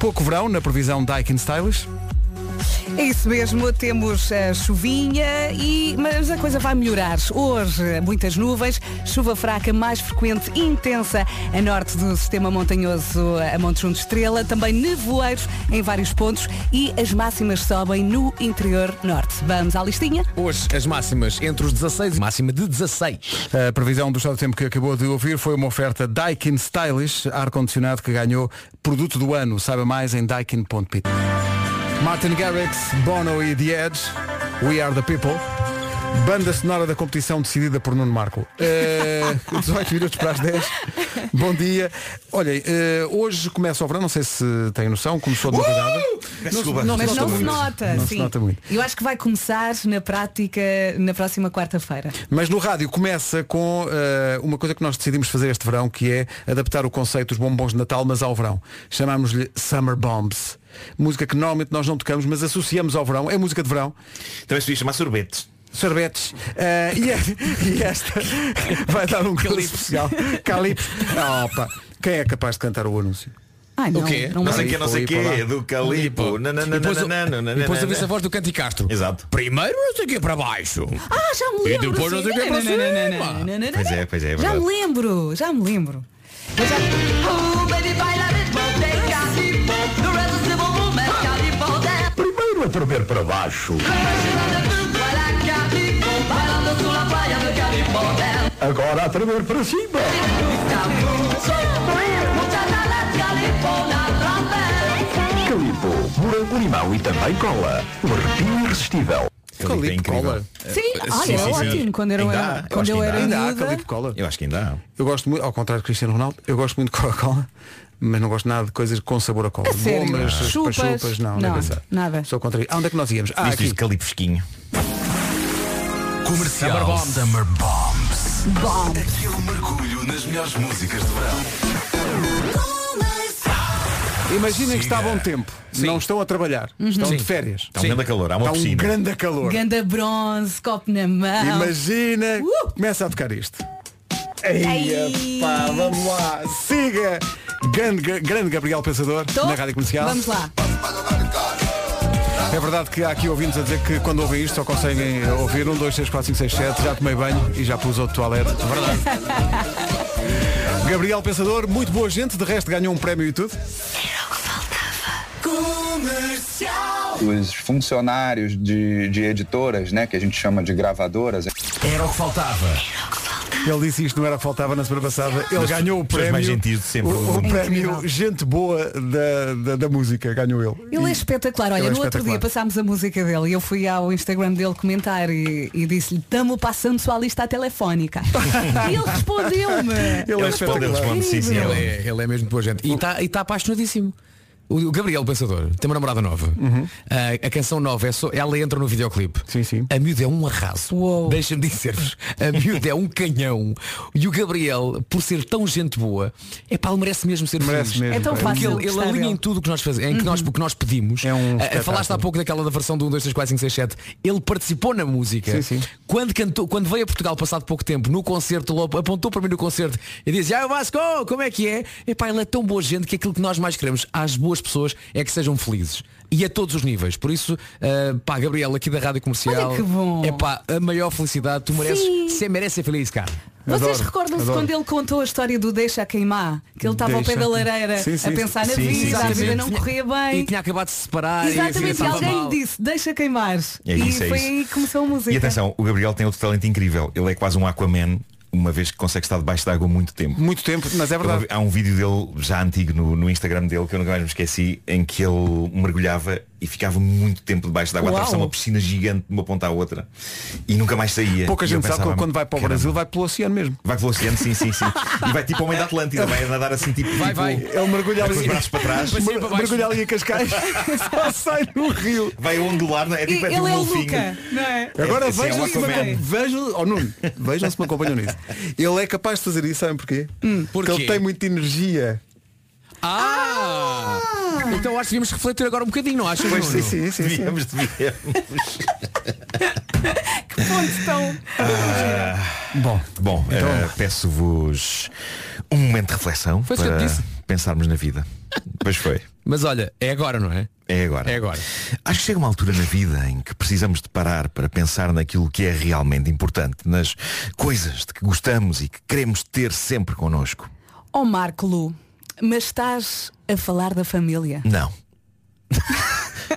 pouco verão, na previsão Daikin Stylish. É isso mesmo, temos a chuvinha e mas a coisa vai melhorar. Hoje muitas nuvens, chuva fraca mais frequente e intensa a norte do sistema montanhoso a Monte Junto Estrela, também nevoeiros em vários pontos e as máximas sobem no interior norte. Vamos à listinha? Hoje as máximas entre os 16 e máxima de 16. A previsão do estado do tempo que acabou de ouvir foi uma oferta Daikin Stylish, ar-condicionado que ganhou produto do ano. Saiba mais em daikin.pt. Martin Garrix, Bono e The Edge, We Are The People. Banda sonora da competição decidida por Nuno Marco. Eh, (laughs) 18 minutos para as 10. Bom dia. Olhem, eh, hoje começa o verão, não sei se têm noção, começou de madrugada. Não, mas não se nota, Não se sim. nota muito. Eu acho que vai começar na prática na próxima quarta-feira. Mas no rádio começa com eh, uma coisa que nós decidimos fazer este verão, que é adaptar o conceito dos bombons de Natal, mas ao verão. Chamámos-lhe Summer Bombs. Música que normalmente nós não tocamos, mas associamos ao verão. É música de verão. Também se devia chamar sorbetes. Sorbetes. Eh, e, e (laughs) esta vai dar um calipso especial. Calipso. Ah, opa. Quem é capaz de cantar o anúncio? Ai, não, O quê? não Não sei é. quê, não sei Calipo, quê, lá. do Calipo. Nananana, E depois o- nananana, e depois ouvi-se a nananana. voz do Canto e Castro. Exato. Primeiro não sei o que é para baixo. Ah, já me E lembro. depois sim. não sei o que é para Nananana, cima. nananana. Pois é, pois é, é Já verdade. me lembro, já me lembro. Eu já- Primeiro a tremer para baixo. Agora a tremer para cima. Calipo, morango, limão e também cola. Um arrepio irresistível. Calipo é incrível. Sim, olha, é ótimo. Quando eu Ainda era- há, quando acho eu que era ainda há. miúda- Eu acho que ainda há. Eu gosto muito, ao contrário de Cristiano Ronaldo, eu gosto muito de Coca-Cola, mas não gosto nada de coisas com sabor a cola. A sério? Gomas, Ah. Chupas? chupas, não, Não, nem pensar. nada. Sou contra isso. Ah, onde é que nós íamos? Ah, Diz-te aqui. isto, Calipo fresquinho. Comercial. Summer Summer Bombs. Bombs. Bom. Aquele mergulho nas melhores músicas de verão. Imaginem que está a bom tempo. Não estão a trabalhar. Uhum. Estão de férias. Está um grande calor, há uma Está um piscina. grande calor. Ganda bronze, copo na mão. Imagina, Uh! começa a tocar isto. Ei, pá, vamos lá. Siga. Grande, grande Gabriel Pensador na Rádio Comercial. Vamos lá. É verdade que há aqui ouvintes a dizer que quando ouvem isto só conseguem ouvir 1, 2, 3, 4, 5, 6, 7, já tomei banho e já pus outro toalete. (laughs) Verdade. Gabriel Pensador, muito boa gente, de resto ganhou um prémio e tudo. Os funcionários de, de editoras, né, que a gente chama de gravadoras. Era o que faltava. Ele disse isto não era o que faltava na semana passada. Ele Mas ganhou o pessoas prémio. mais gentis de sempre. o, o É prémio Gente Boa da, da, da música, ganhou ele. Ele é espetacular. Olha, Ele é no outro dia espetacular. passámos a música dele e eu fui ao Instagram dele comentar e, e disse-lhe, estamos passando sua lista telefónica. e ele respondeu-me. é é Incrível. Ele é, ele é mesmo boa gente. E está e tá apaixonadíssimo. O o Gabriel Pensador tem uma namorada nova. Ah, a canção nova é só. Ela entra no videoclipe. Sim, sim. A miúda é um arraso. Deixa-me dizer-vos. A miúda é um canhão. E o Gabriel, por ser tão gente boa, é pá, ele merece mesmo ser Merece feliz. mesmo, É tão pá. Porque fácil ele, ele gostar alinha dele. em tudo o que nós fazemos, em que nós, o que nós pedimos. É um espetáculo. falaste há pouco daquela da versão do 1, 2, 3, 4, 5, 6, 7. Ele participou na música. Sim, sim. Quando, cantou, quando veio a Portugal passado pouco tempo no concerto, ele apontou para mim no concerto e disse, ah Vasco, como é que é? Epá, ele é tão boa gente que aquilo que nós mais queremos às boas pessoas é que sejam felizes. E a todos os níveis. Por isso, ah, pá, Gabriel, aqui da Rádio Comercial. Olha que bom. É pá, a maior felicidade. Tu mereces, Sim. você merece ser feliz, cara. Vocês recordam-se quando ele contou a história do Deixa Queimar? Que ele estava ao pé Deixa. da lareira Sim, sim. a pensar na Sim, sim, vida, a vida exatamente. não Tinha- corria bem. E tinha Ah, acabado de se separar. e a vida Exatamente, e estava alguém mal. lhe disse, deixa queimar. É e isso, é foi isso. aí que começou a música. E atenção, o Gabriel tem outro talento incrível. Ele é quase um Aquaman, uma vez que consegue estar debaixo de água muito tempo. Muito tempo, mas é verdade. Há um vídeo dele já antigo no, no Instagram dele que eu nunca mais me esqueci, em que ele mergulhava e ficava muito tempo debaixo d'água, Uau. atravessava uma piscina gigante de uma ponta à outra e nunca mais saía. Pouca E eu gente sabe pensava, que quando vai para o "Caramba." Brasil vai pelo oceano mesmo. Vai pelo oceano, sim, sim, sim. E vai tipo ao meio da Atlântida, vai a nadar assim tipo. Vai, tipo, vai. Ele mergulha vai com os ali. braços para trás. Para cima, para baixo. Mergulha ali a (laughs) Cascais. Só sai no rio. Vai ondular, não é? É tipo, é tipo um golfinho. Agora É, assim, é um vejam se me Aquaman. acom- vejam, oh, Nuno, vejam se me acompanham nisso. Ele é capaz de fazer isso, sabem porquê? Porque ele Porquê? tem muita energia. Ah! Então acho que devíamos refletir agora um bocadinho, não achas? Pois, Nuno? sim, sim, sim, sim. Devíamos, Ah, Bom, bom Então, eh, peço-vos um momento de reflexão Foi isso que eu para te disse. pensarmos na vida. Pois foi. Mas olha, é agora, não é? É agora. É agora. Acho que chega uma altura na vida em que precisamos de parar para pensar naquilo que é realmente importante, nas coisas de que gostamos e que queremos ter sempre connosco. Ó Marco Lu, mas estás a falar da família. (laughs) Não.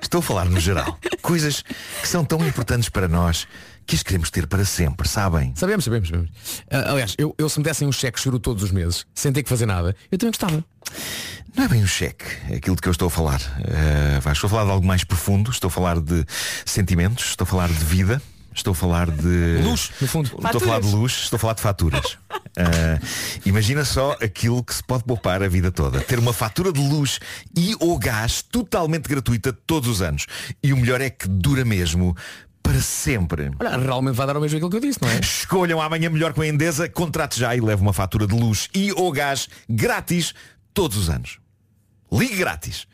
Estou a falar no geral. Coisas que são tão importantes para nós que as queremos ter para sempre, sabem? Sabemos, sabemos, sabemos. Ah, aliás, eu, eu se me dessem um cheque choro todos os meses, sem ter que fazer nada, eu também gostava. Não é bem um cheque, é aquilo de que eu estou a falar. Eh, Vasco, estou a falar de algo mais profundo, estou a falar de sentimentos, estou a falar de vida, estou a falar de. Luz, no fundo. Eh, Estou a falar de luz, estou a falar de faturas. Eh, imagina só aquilo que se pode poupar a vida toda. Ter uma fatura de luz e ou gás totalmente gratuita todos os anos. E o melhor é que dura mesmo para sempre. Olha, realmente vai dar o mesmo aquilo que eu disse, não é? Escolham amanhã melhor com a Endesa, contrate já e leve uma fatura de luz e ou gás grátis todos os anos. Ligue grátis.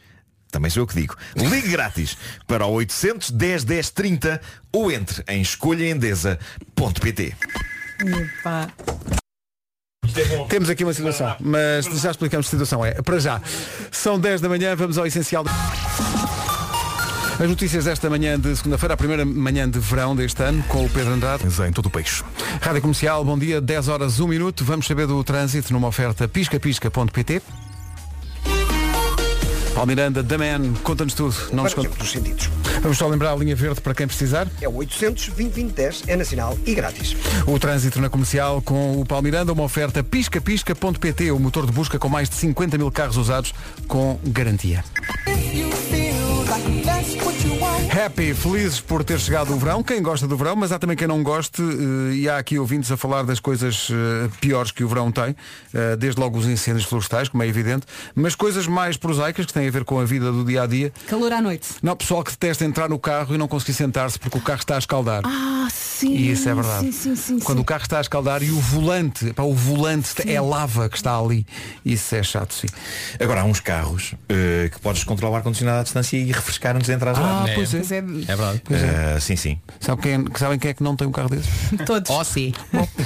Também sou eu que digo. Ligue grátis para o 810 10 30 ou entre em escolhaendesa.pt. Epá. Temos aqui uma situação, mas já explicamos que situação é. Para já, são 10 da manhã, vamos ao essencial. As notícias desta manhã de segunda-feira, a primeira manhã de verão deste ano, com o Pedro Andrade. Em todo o país. Rádio Comercial, bom dia, 10 horas, 1 minuto. Vamos saber do trânsito numa oferta piscapisca.pt. Paulo Miranda, The Man, conta-nos tudo. Não nos conta. dos sentidos. Vamos só lembrar a linha verde para quem precisar. É o 800 2010 é nacional e grátis. O trânsito na comercial com o Palmiranda, uma oferta piscapisca.pt, o motor de busca com mais de 50 mil carros usados com garantia. Happy, felizes por ter chegado o verão, quem gosta do verão, mas há também quem não goste eh, e há aqui ouvintes a falar das coisas eh, piores que o verão tem, eh, desde logo os incêndios florestais, como é evidente, mas coisas mais prosaicas que têm a ver com a vida do dia a dia. Calor à noite. Não, pessoal que detesta entrar no carro e não conseguir sentar-se porque o carro está a escaldar. Ah, sim. E isso é verdade. Sim, sim, sim. Quando o carro está a escaldar e o volante, pá, o volante é lava que está ali. Isso é chato, sim. Agora há uns carros eh, que podes controlar o ar-condicionado à distância e refrescar antes de entrar Ah, lá. pois é. É verdade. Eh, sim, sim. Sabe quem, sabem quem é que não tem um carro desse? Todos. Oh, sim.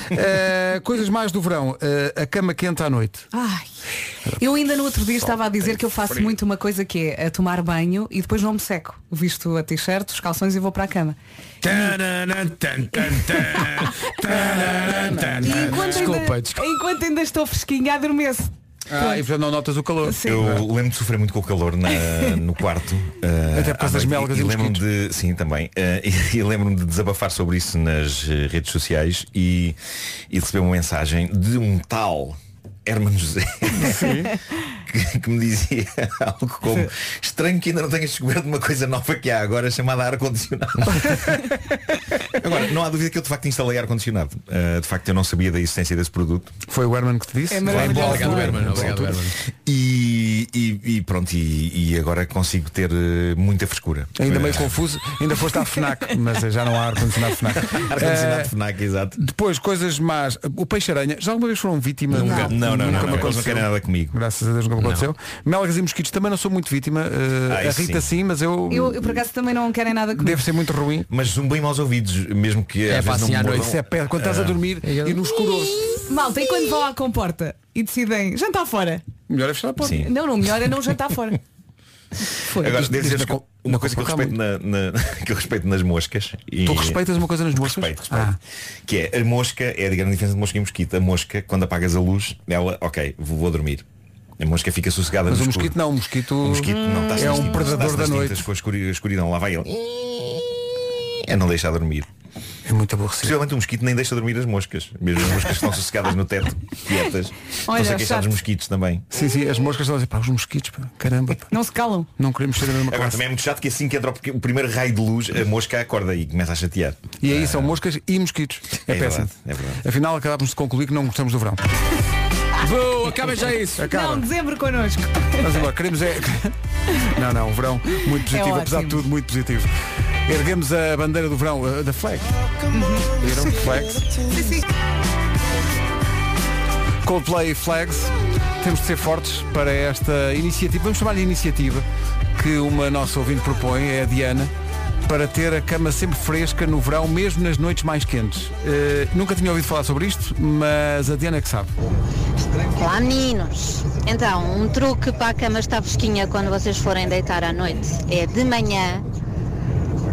Eh, coisas mais do verão. Eh, a cama quente à noite. Ai. Eu ainda no outro dia estava a dizer que eu faço muito uma coisa que é a tomar banho e depois não me seco. Visto a t-shirt, os calções e vou para a cama. Ah, E enquanto, ainda, enquanto ainda estou fresquinha, adormeço. Ah, e portanto não notas o calor. Eu lembro de sofrer muito com o calor na- no quarto. eh, (laughs) Até por causa à das noite. melgas e lembro-me de Sim, também. Eh, (laughs) e e lembro-me de desabafar sobre isso nas eh, redes sociais e, e de receber uma mensagem de um tal Hermano José. (laughs) Que, que me dizia (laughs) algo como estranho que ainda não tenhas descoberto uma coisa nova que há agora (laughs) chamada ar-condicionado. agora, não há dúvida que eu de facto instalei ar-condicionado. Eh, de facto eu não sabia da existência desse produto. Foi o Herman que te disse? É maravilhoso. Vai embora. Obrigado, Herman. Nessa Obrigado, altura. Herman. E, e- e pronto, e, e agora consigo ter eh, muita frescura. Ainda Eh, meio (laughs) confuso, ainda foste à FNAC, mas eh, já não há ar-condicionado FNAC. Ar-condicionado Eh, FNAC, exato. depois, coisas más. O peixe-aranha, já alguma vez foram vítima? Nunca. Não, não, não, Nunca não, me eles não aconteceu. querem nada comigo. Graças a Deus nunca me aconteceu. Melgas e mosquitos também não sou muito vítima. eh, Ah, a isso Rita sim, sim. mas eu, Eu, eu por acaso também não querem nada comigo. devo ser muito ruim. Mas zumbem-me aos ouvidos, mesmo que É às pá, vezes assim, não Ah. É à me noite. mordam. Isso é pé quando estás a dormir e no escuro. Malta, e quando vão à comporta e decidem jantar fora? Melhor é fechar a porta. Sim. Não, não, melhor é não jantar (laughs) fora. Foi. Agora, Isto- devo isto dizer na co- uma na coisa que eu, compra respeito na, na- (laughs) que eu respeito nas moscas. E... Tu respeitas uma coisa nas moscas? Respeito, respeito. Ah. Que é, a mosca é a grande diferença de mosca e mosquito. A mosca, quando apagas a luz, ela, ok, vou, vou dormir. A mosca fica sossegada Mas no o escuro. mosquito não, o mosquito, O mosquito não tá está-se é nas um tintas, predador está-se nas da tintas noite. Com a escuri- a escuridão, lá vai ele. É não deixar dormir. É muito aborrecido. Possivelmente um mosquito nem deixa dormir as moscas. Mesmo as moscas que estão sossegadas no teto, quietas. Olha, Estão-se a queixar chato. dos mosquitos também. Sim, sim, as moscas estão a dizer, pá, os mosquitos, pá, caramba, pá, Não se calam. não queremos ser da mesma Agora classe. também é muito chato que assim que entra o primeiro raio de luz, a mosca acorda e começa a chatear. E aí são moscas e mosquitos. É, É péssimo. verdade, é verdade. Afinal, acabamos de concluir que não gostamos do (laughs) verão. Bom, acaba já isso. Acaba. Não, dezembro connosco. Mas agora queremos é. Não, não, o verão muito É positivo, ótimo. apesar de tudo, muito positivo. Erguemos a bandeira do verão, uh, da flag. Viram? Flags. Coldplay e Flags. Temos de ser fortes para esta iniciativa. Vamos chamar-lhe iniciativa que uma nossa ouvinte propõe, é a Diana, para ter a cama sempre fresca no verão, mesmo nas noites mais quentes. Eh, nunca tinha ouvido falar sobre isto, mas a Diana é que sabe. Olá meninos! Então, um truque para a cama estar fresquinha quando vocês forem deitar à noite é de manhã,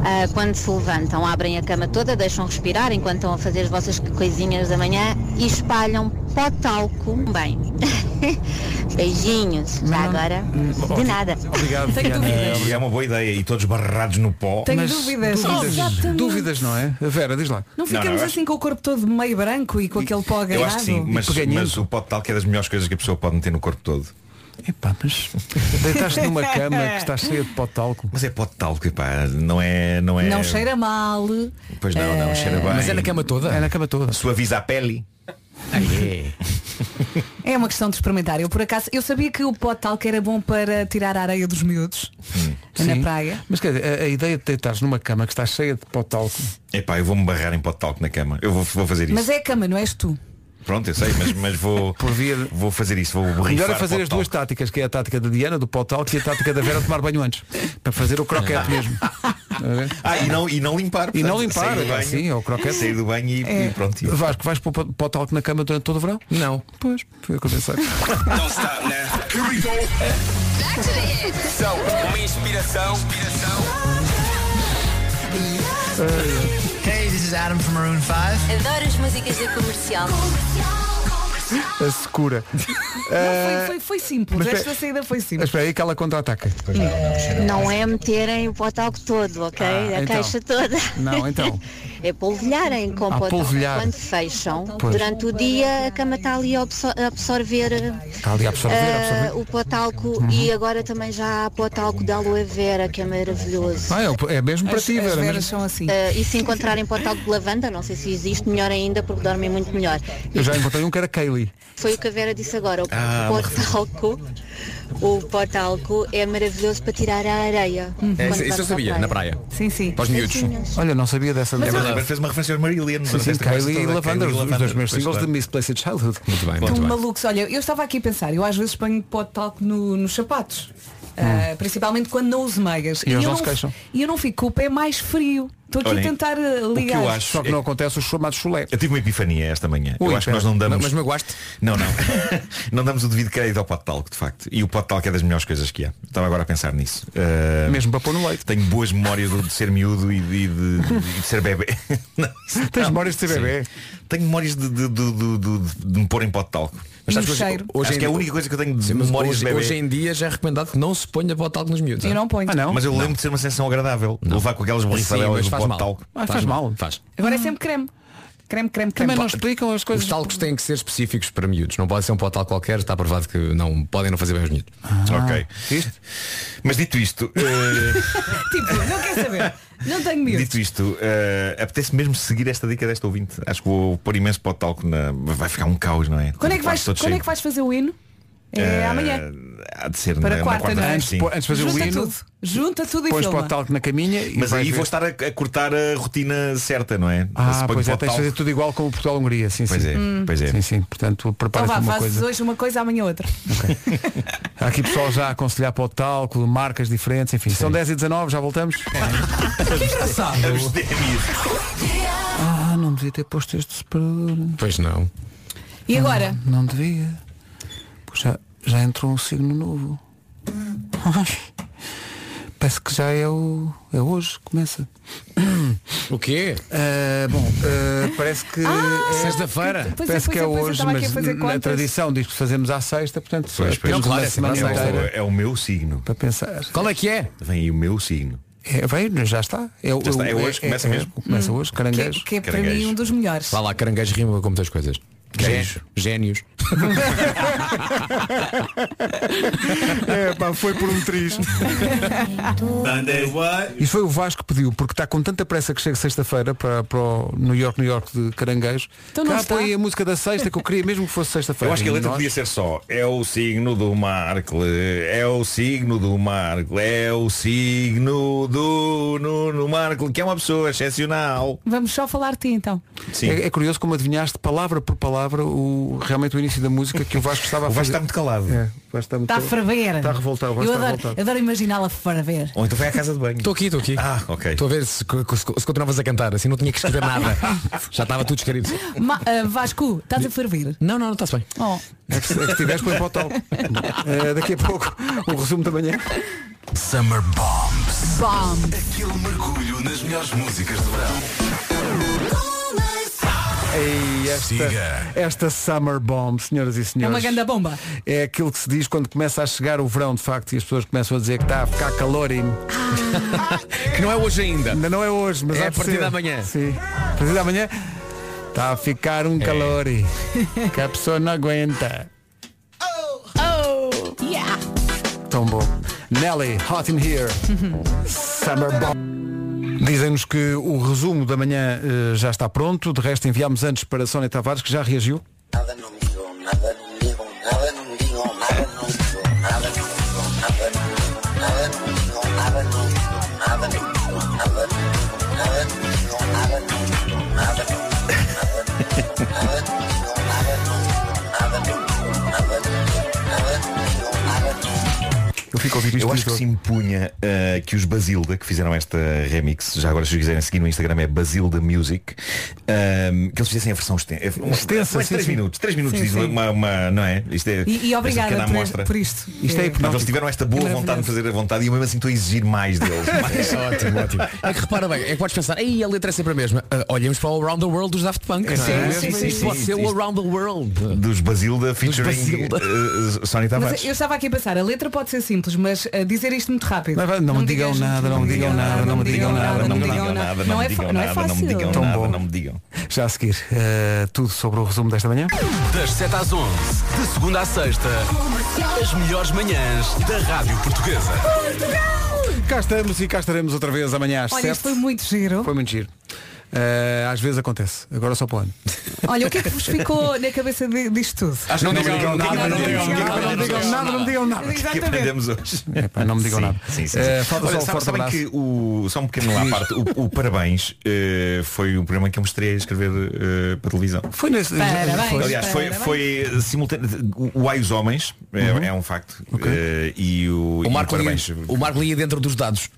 ah, quando se levantam, abrem a cama toda, deixam respirar enquanto estão a fazer as vossas coisinhas da manhã e espalham pó talco um bem. (laughs) Beijinhos, já agora, de nada. Obrigado, Diana. E é uma boa ideia. E todos barrados no pó. Tenho dúvidas. Dúvidas, Exatamente. dúvidas, não é? A Vera, diz lá. Não ficamos eu acho- assim com o corpo todo meio branco e com aquele pó agarrado? Eu acho que sim, mas, E peganhento. mas o pó de talco é das melhores coisas que a pessoa pode meter no corpo todo. Epá, mas deitaste (laughs) numa cama que está cheia de pó de talco. Mas é pó de talco, epá, não é. Não, é... Não cheira Eh, mal. Pois não, não, cheira bem. Mas é na cama toda? É na cama toda. Suaviza a pele. Ah, É uma questão de experimentar. Eu por acaso, eu sabia que o pó de talco era bom para tirar a areia dos miúdos na Sim. praia. Mas quer dizer, eh, a, a ideia de deitares numa cama que está cheia de pó de talco. Epá, eu vou-me barrar em pó de talco na cama. Eu vou, vou fazer isso. Mas é a cama, não és tu. Pronto, eu sei, mas, mas (laughs) vou, vou fazer isso. Vou Melhor borrifar é fazer pó as de talco. duas táticas, que é a tática da Diana, do pó de talco, e a tática da Vera tomar banho (laughs) antes. Para fazer o croquete mesmo. Ah, e não, e não limpar. E não portanto, limpar, sair do banho, sim, ou croquete. É. Sair do banho e, e pronto. e- Vasco, vais pôr pó pó de talco na cama durante todo o verão? Não. Pois, foi o que eu (laughs) pensei. Don't stop now. Here we go. Back to the hits. São uma inspiração. inspiração. Hey, this is Adam from Maroon 5. Adoro as (laughs) músicas da comercial. A secura. Eh, Foi, foi- foi simples. Mas Esta espera- saída foi Mas simples. espera aí que ela contra-ataca. Não é meterem o pó talco todo, ok? Ah, a então. caixa toda. (laughs) Não, então. É polvilharem com Ah, pó talco. polvilhar. Quando fecham, Pois. durante o dia a cama está ali a absor- a absorver, Está ali a absorver, ah, absorver. Uhum. o pó talco e agora também já há pó talco da aloe vera, que é maravilhoso. Ah, é, é mesmo para ti, Vera. mesmo. Ah, e se encontrarem pó talco de lavanda, não sei se existe, melhor ainda, porque dormem muito melhor. Eu já encontrei um que era Kaylee. Foi o que a Vera disse agora, o Ah, pó uma talco. O pó talco é maravilhoso para tirar a areia. É, Hum. quando isso, isso vais eu à sabia, praia. na praia. Sim, sim. Para os miúdos. Olha, não sabia dessa. É dessa- verdade, fez uma referência aos Marilyn. Sim, sim, Kylie e Lavanda, os os dois primeiros singles de é. Misplaced Childhood. Muito bem, Estão malucos. Olha, eu estava aqui a pensar, eu às vezes ponho pó de talco no- nos sapatos. Ah, principalmente quando não uso meias. Hum. E eles eu não se queixam. E eu não fico com o pé é mais frio. Estou aqui Olhem, a tentar ah, o que eu ligar. acho Só que é- Não acontece os chamados chulé. Eu tive uma epifania esta manhã. Ui, eu acho que nós pera. não damos. Mas magoaste? Não, não. (laughs) não damos o devido crédito ao pote de talco, de facto. E o pote de talco é das melhores coisas que há. Estava agora a pensar nisso. Ah, Mesmo para pôr no leite. Tenho boas memórias do- de ser miúdo e de, de- de- de ser bebê. (laughs) Não, Tens não. memórias de ser Sim. bebê? Tenho memórias de, de- de- de- de- de me pôr em pote de talco. sabes sabes que que hoje- acho que é a única coisa que eu tenho de mas memórias hoje, de bebê. hoje em dia já é recomendado que não se ponha bota talco nos miúdos. Eu não ponho. Ah, não? Mas eu lembro de ser uma sensação agradável. Levar com aquelas Sim, mas borrifadelas do faz pote mal. de talco. Ah, faz mal. Faz. Agora é sempre creme. Creme, creme, creme. explicam as Os talcos têm que ser específicos para miúdos. Não pode ser um pó talco qualquer, está provado que não podem não fazer bem os miúdos. Ah. Ok. Mas dito isto, eh, (laughs) Tipo, não quer saber. Não tenho medo. dito isto, eh, apetece mesmo seguir esta dica desta ouvinte. Acho que vou pôr imenso para o talco na. Vai ficar um caos, não é? Quando é que vais, Quase todo quando é cheio. que vais fazer o hino? É Eh, amanhã. Há de ser Para na, quarta, na não quarta é? sim. Antes- antes de fazer o Junta hino, tudo. Junta tudo e Pões pó filma. de talco na caminha e Mas vais aí ver. vou estar a, a cortar a rotina certa, não é? Ah, Se ponho pois é, pó tens de de talco- fazer tudo igual como o Portugal-Hungria, sim, Pois sim. é, Hum. pois é. Sim, sim, portanto, Então prepara-te vá, uma fazes coisa. hoje uma coisa, amanhã outra. Há aqui pessoal já a aconselhar para o talco, marcas diferentes, enfim. São 10 e 19, já voltamos. É. Engraçado. Ah, não devia ter posto este separador. Pois não. E agora? Não, devia. Pois já, já entrou um signo novo. (laughs) Ai, Parece que já é o. É hoje, começa. O quê? bom, eh, parece que. Ah, é- sexta-feira. Pois é, Parece que é pois é, pois é, hoje, estava aqui a mas fazer na contas. tradição diz que fazemos à sexta, portanto, é Pois, pois. temos Não, claro, uma é semana sempre- é o- inteira é o meu signo. para pensar. Qual é que é? Vem aí o meu signo. É, veio, já está. É, Já está, é hoje, começa mesmo. (laughs) Começa hoje, caranguejo. Que, que é para mim um dos melhores. Vá lá, caranguejo rima com muitas coisas. Gé- Génios. (laughs) É, pá, foi por um triz. (laughs) Isso foi o Vasco que pediu, porque está com tanta pressa que chega sexta-feira para, para o New York, New York de caranguejo. Então não Cá está. põe a música da sexta que eu queria mesmo que fosse sexta-feira. Eu acho que a letra E nós- podia ser só É o signo do Marco É o signo do Marco É o signo do Nuno Marco Que é uma pessoa excepcional Vamos só falar de ti então. É, é curioso como adivinhaste palavra por palavra o, realmente o início da música que o Vasco estava a (laughs) O Vasco fazer. está muito calado. É, o Vasco está muito Está a ferver. Está a revoltar, o Vasco Eu está a adoro, revoltar. adoro imaginá-la ferver. Ou então vai à casa de banho. Estou aqui, estou aqui. Ah, ok. Estou a ver se, se- se continuavas a cantar, assim não tinha que (laughs) escrever nada. Já estava tudo escrito. Ma- ah, Vasco, estás a ferver? Não, não, não estás bem. Oh. É que se é que se tiveres põe para o tal. Eh, daqui a pouco o resumo é. da manhã. Summer Bombs. Bom. Aquele mergulho nas melhores músicas do verão. Ei, esta, esta Summer Bomb, senhoras e É senhores. uma grande bomba. É aquilo que se diz quando começa a chegar o verão, de facto, e as pessoas começam a dizer que está a ficar calor e... (laughs) Que não é hoje ainda. Ah. Ainda não é hoje, mas É há a de partir ser. da manhã. Sim. A partir da manhã está a ficar um calor (laughs) e... que a pessoa não aguenta. Oh, yeah. Tão bom. Nelly, Hot in (laughs) Here. Summer Bomb. Dizem-nos que o resumo da manhã eh, já está pronto, de resto enviámos antes para Sónia Tavares, que já reagiu. Eu fico a ouvir isto. Eu acho que se impunha uh, que os Basilda, que fizeram esta remix, já agora se os quiserem seguir no Instagram é Basilda Music, um, que eles fizessem a versão extensa. Extensa, mais sim, 3 sim. um, minutos, 3 minutos Sim, diz sim. Uma, uma- Não é? Isto é E- e esta obrigada pequena por- amostra. por isto. Isto é hipnótico. Mas eles tiveram esta boa É vontade de fazer a vontade e eu mesmo assim estou a exigir mais deles. (laughs) Mais. ótimo, ótimo. É que repara bem, é que podes pensar, aí a letra é sempre a mesma. Ah, olhamos para o Around the World dos Daft Punk. não é? Isto pode ser o Around the World. Dos Basilda featuring Basilda. uh, Sónia Tá Tavares. Mas é, eu estava aqui a pensar, a letra pode ser simples, mas ah, dizer isto muito rápido. Não, vai- não me digam digas- nada, não me digam nada, não me digam nada, não me digam nada, Não é fa- não é fácil. Tão bom. Já a seguir, eh, tudo sobre o resumo desta manhã. Das 7 às 11, de segunda à sexta, as melhores manhãs da Rádio Portuguesa. Cá estamos e cá estaremos outra vez amanhã às Olha, isto 7. foi muito giro. Foi muito giro. Eh, às vezes acontece, agora só (laughs) para o ano. Olha, o que é que vos ficou na cabeça de- disto tudo? Acho que Não não digam digam nada, nada, não não digam digam nada, nada, não digam não nada, não digam nada. O que é que Exatamente. aprendemos hoje? não me digam Sim, nada. Sim, sim, Eh, sim. falta Olha, só um sabem- forte sabem abraço. que o, só um pequeno lá à parte, o, o Parabéns eh, foi o programa que eu mostrei a escrever eh, para televisão. Foi nesse. Parabéns, foi. Aliás, foi, foi eh, simultâneo. O, o Ai os Homens é, Uhum. é um facto. eh, e o, e O Marco, lia, Parabéns o Marco lia dentro dos dados.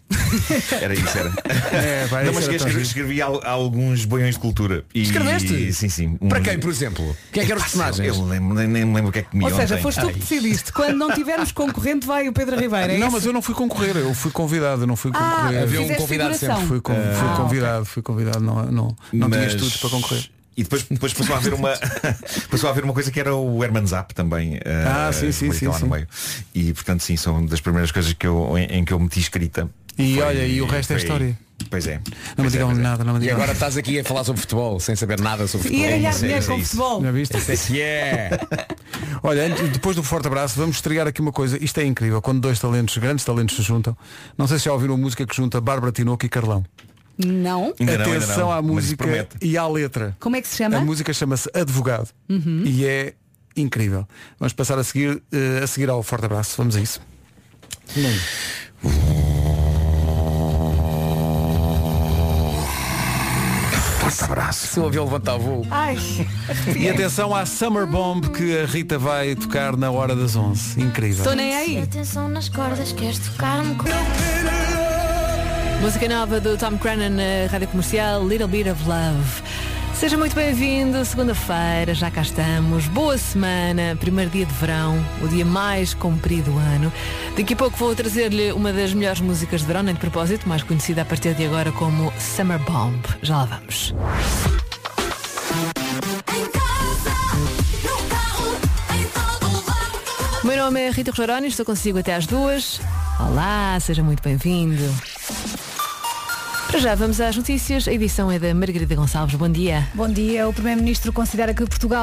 Era isso, era. É, vai, não, isso mas era escrevi, tão escrevi, giro. al- alguns boiões de cultura. E, Escreveste? Sim, sim. um Para quem, por exemplo? Quem é que eram os Epá, personagens? Eu lembro, nem, nem me lembro o que é que comi Ou seja, ontem. foste tu que Ai. decidiste. Quando (laughs) não tivermos concorrente, vai o Pedro Ribeiro. é Ah, Não, isso? mas eu não fui concorrer, eu fui convidado, eu não fui Ah, concorrer. Havia um fizeste convidado figuração. sempre. Fui, con- Ah, fui ok. convidado, fui convidado, não, não, não tinha Mas- estudos para concorrer. E depois, depois passou, a haver uma, (laughs) passou a haver uma coisa que era o Herman Zap também. eh, Ah, sim, sim, que está sim, lá sim. No meio. E portanto sim, são das primeiras coisas que eu, em, em que eu meti escrita. E olha, e o resto é foi- história. Pois é. Não me digam nada, não me E digam agora nada. estás aqui a falar sobre futebol, sem saber nada sobre E futebol. a ganhar Isso é- dinheiro isso é com isso. futebol. Já viste? Isso é que é. (laughs) Olha, antes- depois do forte abraço, vamos estrear aqui uma coisa. Isto é incrível, quando dois talentos, grandes talentos se juntam. Não sei se já ouviram a música que junta Bárbara Tinoco e Carlão. Não. Ainda não, ainda Atenção não, à mas isso música promete. e à letra. Como é que se chama? Uhum. A música chama-se Advogado e é incrível. Vamos passar a seguir, eh, a seguir ao forte abraço. Vamos a isso. Forte abraço. Se eu ouvi levantar o voo. Ai, E atenção à Summer Bomb que a Rita vai tocar na hora das 11. Incrível. estou nem aí. Atenção nas cordas, queres tocar-me com... Música nova do Tom Crennan na Rádio Comercial, Little Bit of Love. Seja muito bem-vindo, segunda-feira, já cá estamos. Boa semana, primeiro dia de verão, o dia mais comprido do ano. Daqui a pouco vou trazer-lhe uma das melhores músicas de verão, nem de propósito, mais conhecida a partir de agora como Summer Bomb. Já lá vamos. O meu nome é Rita Rogeroni, estou consigo até às duas. Olá, seja muito bem-vindo. Para já vamos às notícias. A edição é da Margarida Gonçalves. Bom dia. Bom dia. O Primeiro-Ministro considera que Portugal